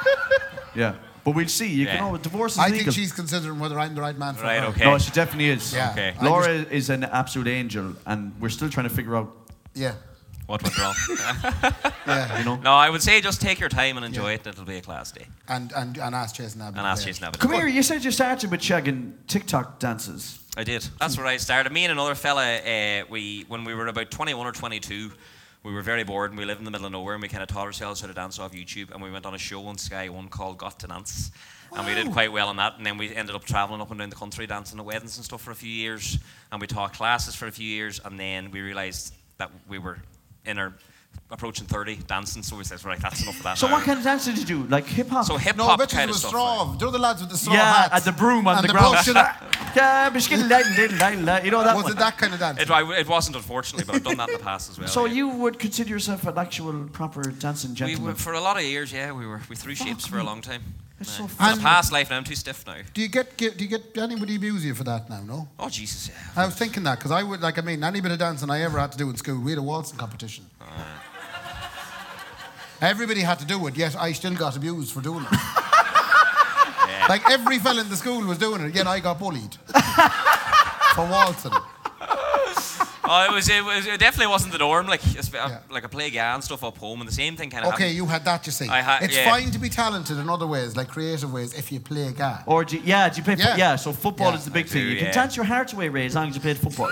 S2: yeah. But we'll see. You can
S7: Yeah.
S2: always. Divorce is
S3: I
S2: legal.
S3: think she's considering whether I'm the right man for
S7: Right,
S3: her.
S7: okay.
S2: No, she definitely is.
S3: Yeah.
S7: Okay.
S3: I
S2: Laura is an absolute angel, and we're still trying to figure out,
S3: Yeah.
S7: What went wrong?
S3: Yeah.
S2: you know.
S7: no, I would say just take your time and enjoy it, and it'll be a class day.
S3: And and and ask Jason Abbott.
S7: And ask Jason Abbott.
S2: Come here, you said you started with shagging TikTok dances.
S7: I did. That's where I started. Me and another fella, uh, we when we were about 21 or 22, we were very bored and we lived in the middle of nowhere and we kind of taught ourselves how to dance off YouTube and we went on a show on Sky One called Got to Dance. And we did quite well on that, and then we ended up traveling up and down the country, dancing at weddings and stuff for a few years. And we taught classes for a few years, and then we realised that we were in our approaching 30 dancing. So we said, right, that's enough of that.
S2: So
S7: now."
S2: what kind of dances did you do? Like hip hop?
S7: Uh, so hip
S3: No, I
S7: hop
S3: bet you
S7: kind
S3: there
S7: of
S3: was
S7: stuff.
S3: straw. Do the lads with the straw
S2: yeah,
S3: hats
S2: at the broom on
S3: and
S2: the, ground.
S3: bullshit-
S2: yeah, but skin- la- la- la- la- you know that
S3: Was
S2: one.
S3: it that kind of dance?
S7: It, I- it wasn't unfortunately, but I've done that in the past as well.
S2: so
S7: yeah.
S2: you would consider yourself an actual proper dancing
S7: We
S2: gentleman?
S7: were, for a lot of years, yeah, we were we threw shapes for a
S2: me.
S7: long time.
S2: That's
S7: Yeah.
S2: so
S7: It's
S2: funny.
S7: a past life now. I'm too stiff now.
S3: do you get, get do you get anybody abuse you for that now? No.
S7: Oh Jesus! yeah.
S3: I was thinking that because I would like I mean any bit of dancing I ever had to do in school, we had a waltzing competition. Everybody had to do it, yet I still got abused for doing it. Like every fella in the school was doing it, yet I got bullied for waltzing.
S7: Oh, it was it was it definitely wasn't the norm. Like it's- uh,
S3: Yeah.
S7: like I play Gan stuff up home, and the same thing kind of
S3: Okay,
S7: happened.
S3: you had that, you see.
S7: I ha-
S3: it's
S7: yeah.
S3: fine to be talented in other ways, like creative ways, if you play a guy.
S2: or do you, yeah, do you play? fo-
S3: Yeah.
S2: yeah so football
S3: Yeah,
S2: is the big
S7: I
S2: thing.
S7: do,
S2: You can
S7: yeah.
S2: dance your heart away, Ray, as long as you played football.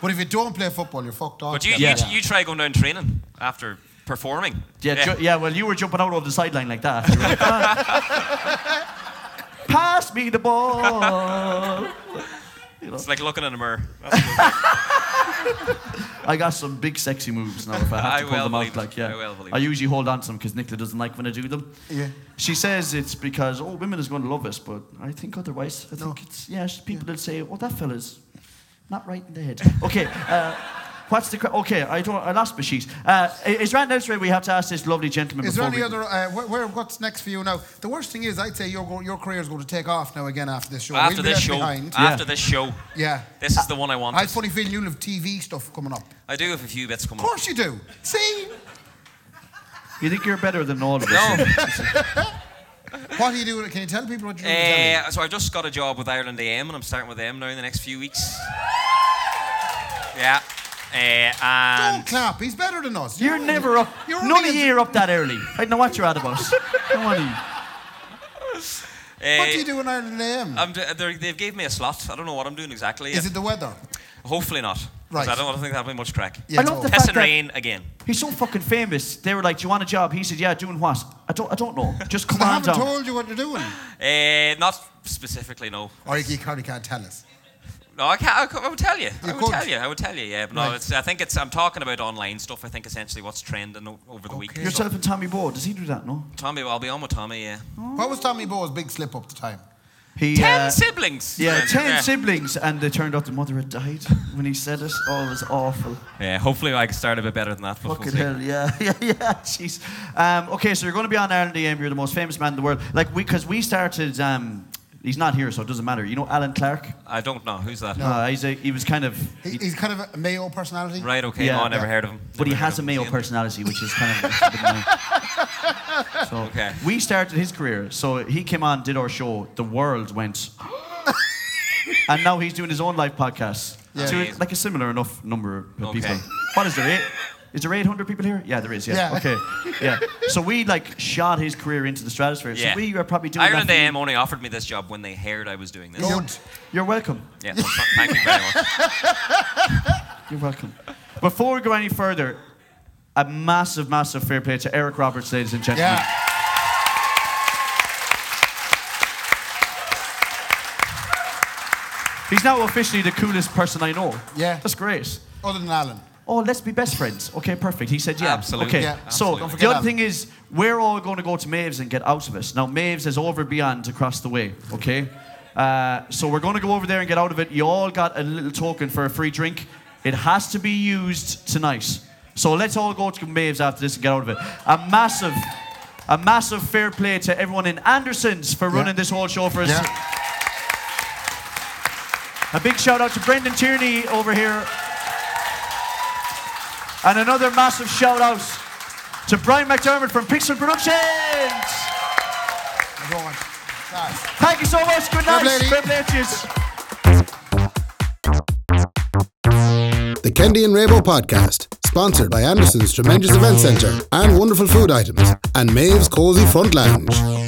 S3: But if you don't play football, you're fucked off.
S7: But you,
S3: then.
S7: you
S2: Yeah.
S7: you try going down training after performing.
S2: Yeah, ju- yeah. well, you were jumping out on the sideline like that. You were like, "Ah, Pass me the ball.
S7: it's like looking in a mirror.
S2: I got some big sexy moves now if I have
S7: I
S2: to pull
S7: will
S2: them
S7: believe
S2: out.
S7: it.
S2: Like, yeah.
S7: I will believe
S2: I
S7: it.
S2: usually hold on to them because Nicola doesn't like when I do them.
S3: Yeah.
S2: She says it's because, oh, women is going to love us, but I think otherwise. I think it's, yeah, it's people that say, oh, that fella's not right in the head. Okay. Uh, What's the que- okay? I don't. I lost my sheet. Uh, is there anything else we have to ask this lovely gentleman?
S3: Is there
S2: before
S3: any
S2: we-
S3: other? Uh, where, where, what's next for you now? The worst thing is, I'd say your go- your career's going to take off now again after this show.
S7: after
S3: We'll be left
S7: this show, Ah.
S3: behind.
S7: after this show,
S3: yeah.
S7: this is the one I want.
S3: I funny feel you'll have TV stuff coming up.
S7: I do have a few bits coming.
S3: Of course you do. See,
S2: You think you're better than all of us?
S7: up. No,
S3: what do you do? Can you tell people what you're doing?
S7: Eh, so I've just got a job with Ireland AM, and I'm starting with them now in the next few weeks. Yeah. Eh,
S3: Don't
S7: and
S3: clap. He's better than us.
S2: You're never up.
S3: You're
S2: none
S3: only
S2: of
S3: a-
S2: you are up that early. I know what you're out of us. Come on, you.
S7: eh,
S3: What do you do in Ireland AM?
S7: I'm, d- they're- they've gave me a slot. I don't know what I'm doing exactly.
S3: Is it the weather?
S7: Hopefully not. 'cause
S3: Right.
S7: I don't want to think that'll be much crack.
S3: Yeah,
S2: I love
S3: no.
S2: the
S7: Tess
S2: fact
S7: and
S2: that
S7: Rain again.
S2: he's so fucking famous. They were like, "Do you want a job?" He said, "Yeah, doing what?" I don't. I don't know. Just come
S3: I
S2: on
S3: haven't
S2: down.
S3: told you what you're doing.
S7: Eh, not specifically, no.
S3: Or you probably can't tell us.
S7: No, I can't. I, cou- I would tell you. I
S3: You
S7: would
S3: could.
S7: tell you. I would tell you. Yeah, but no,
S3: Right.
S7: it's, I think it's. I'm talking about online stuff. I think essentially what's trending o- over the week. So,
S2: Yourself and Tommy Boy. Does he do that? No.
S7: Tommy, I'll be on with Tommy. Yeah.
S3: What was Tommy Bowe's big slip up the time?
S2: He.
S7: ten
S2: uh,
S7: siblings.
S2: yeah, ten siblings, and it turned out the mother had died when he said it. Oh, it was awful.
S7: Yeah, hopefully I can start a bit better than that. but we'll
S2: Fucking
S7: see.
S2: hell, yeah, yeah, yeah, jeez. Um, okay, so you're going to be on Ireland AM. You're the most famous man in the world. Like we, because we started. Um, he's not here, so it doesn't matter. You know, Alan Clark.
S7: I don't know who's that.
S2: Uh, he's a, he was kind of.
S3: He, he's kind of a Mayo personality.
S7: Right? Okay.
S2: Yeah.
S7: no, I never
S3: Yeah.
S7: heard of him.
S2: But he
S7: Never heard
S2: has a
S7: of him.
S2: male
S7: Yeah.
S2: personality, which is kind of. so
S7: Okay.
S2: we started his career. So he came on, did our show. The world went. and now he's doing his own live podcast.
S3: Yeah.
S2: To
S7: Amazing.
S2: like a similar enough number of
S7: Okay.
S2: people. What is there? Eight? Is there 800 people here? Yeah, there is. Yeah.
S3: Yeah.
S2: Okay. Yeah. So we like shot his career into the stratosphere.
S7: Yeah.
S2: So we are probably doing
S7: Ireland
S2: that. for you.
S7: AM only offered me this job when they heard I was doing this.
S3: Good.
S2: You're welcome.
S7: Yeah. well, th- thank you very much.
S2: You're welcome. Before we go any further, a massive, massive fair play to Eric Roberts, ladies and gentlemen.
S3: Yeah.
S2: He's now officially the coolest person I know.
S3: Yeah.
S2: That's great.
S3: Other than Alan.
S2: Oh, let's be best friends. Okay, perfect. He said yeah.
S7: Absolutely.
S2: Okay.
S3: Yeah,
S2: So
S7: absolutely. Don't
S2: the
S3: forget
S2: other
S3: Alan.
S2: thing is we're all going to go to Maves and get out of it. Now Maves is over beyond across the way. Okay. Uh, so we're going to go over there and get out of it. You all got a little token for a free drink. It has to be used tonight. So let's all go to Maves after this and get out of it. A massive, a massive fair play to everyone in Anderson's for running this whole show for us.
S3: Yeah.
S2: A big shout out to Brendan Tierney over here. And another massive shout out to Brian McDermott from Pixel Productions.
S3: Go on. Nice.
S2: Thank you so much. Good night.
S3: lady.
S2: Fair play, cheers.
S1: The Kendi and Rabo podcast, sponsored by Anderson's Tremendous Event Centre and wonderful food items and Maeve's Cozy Front Lounge.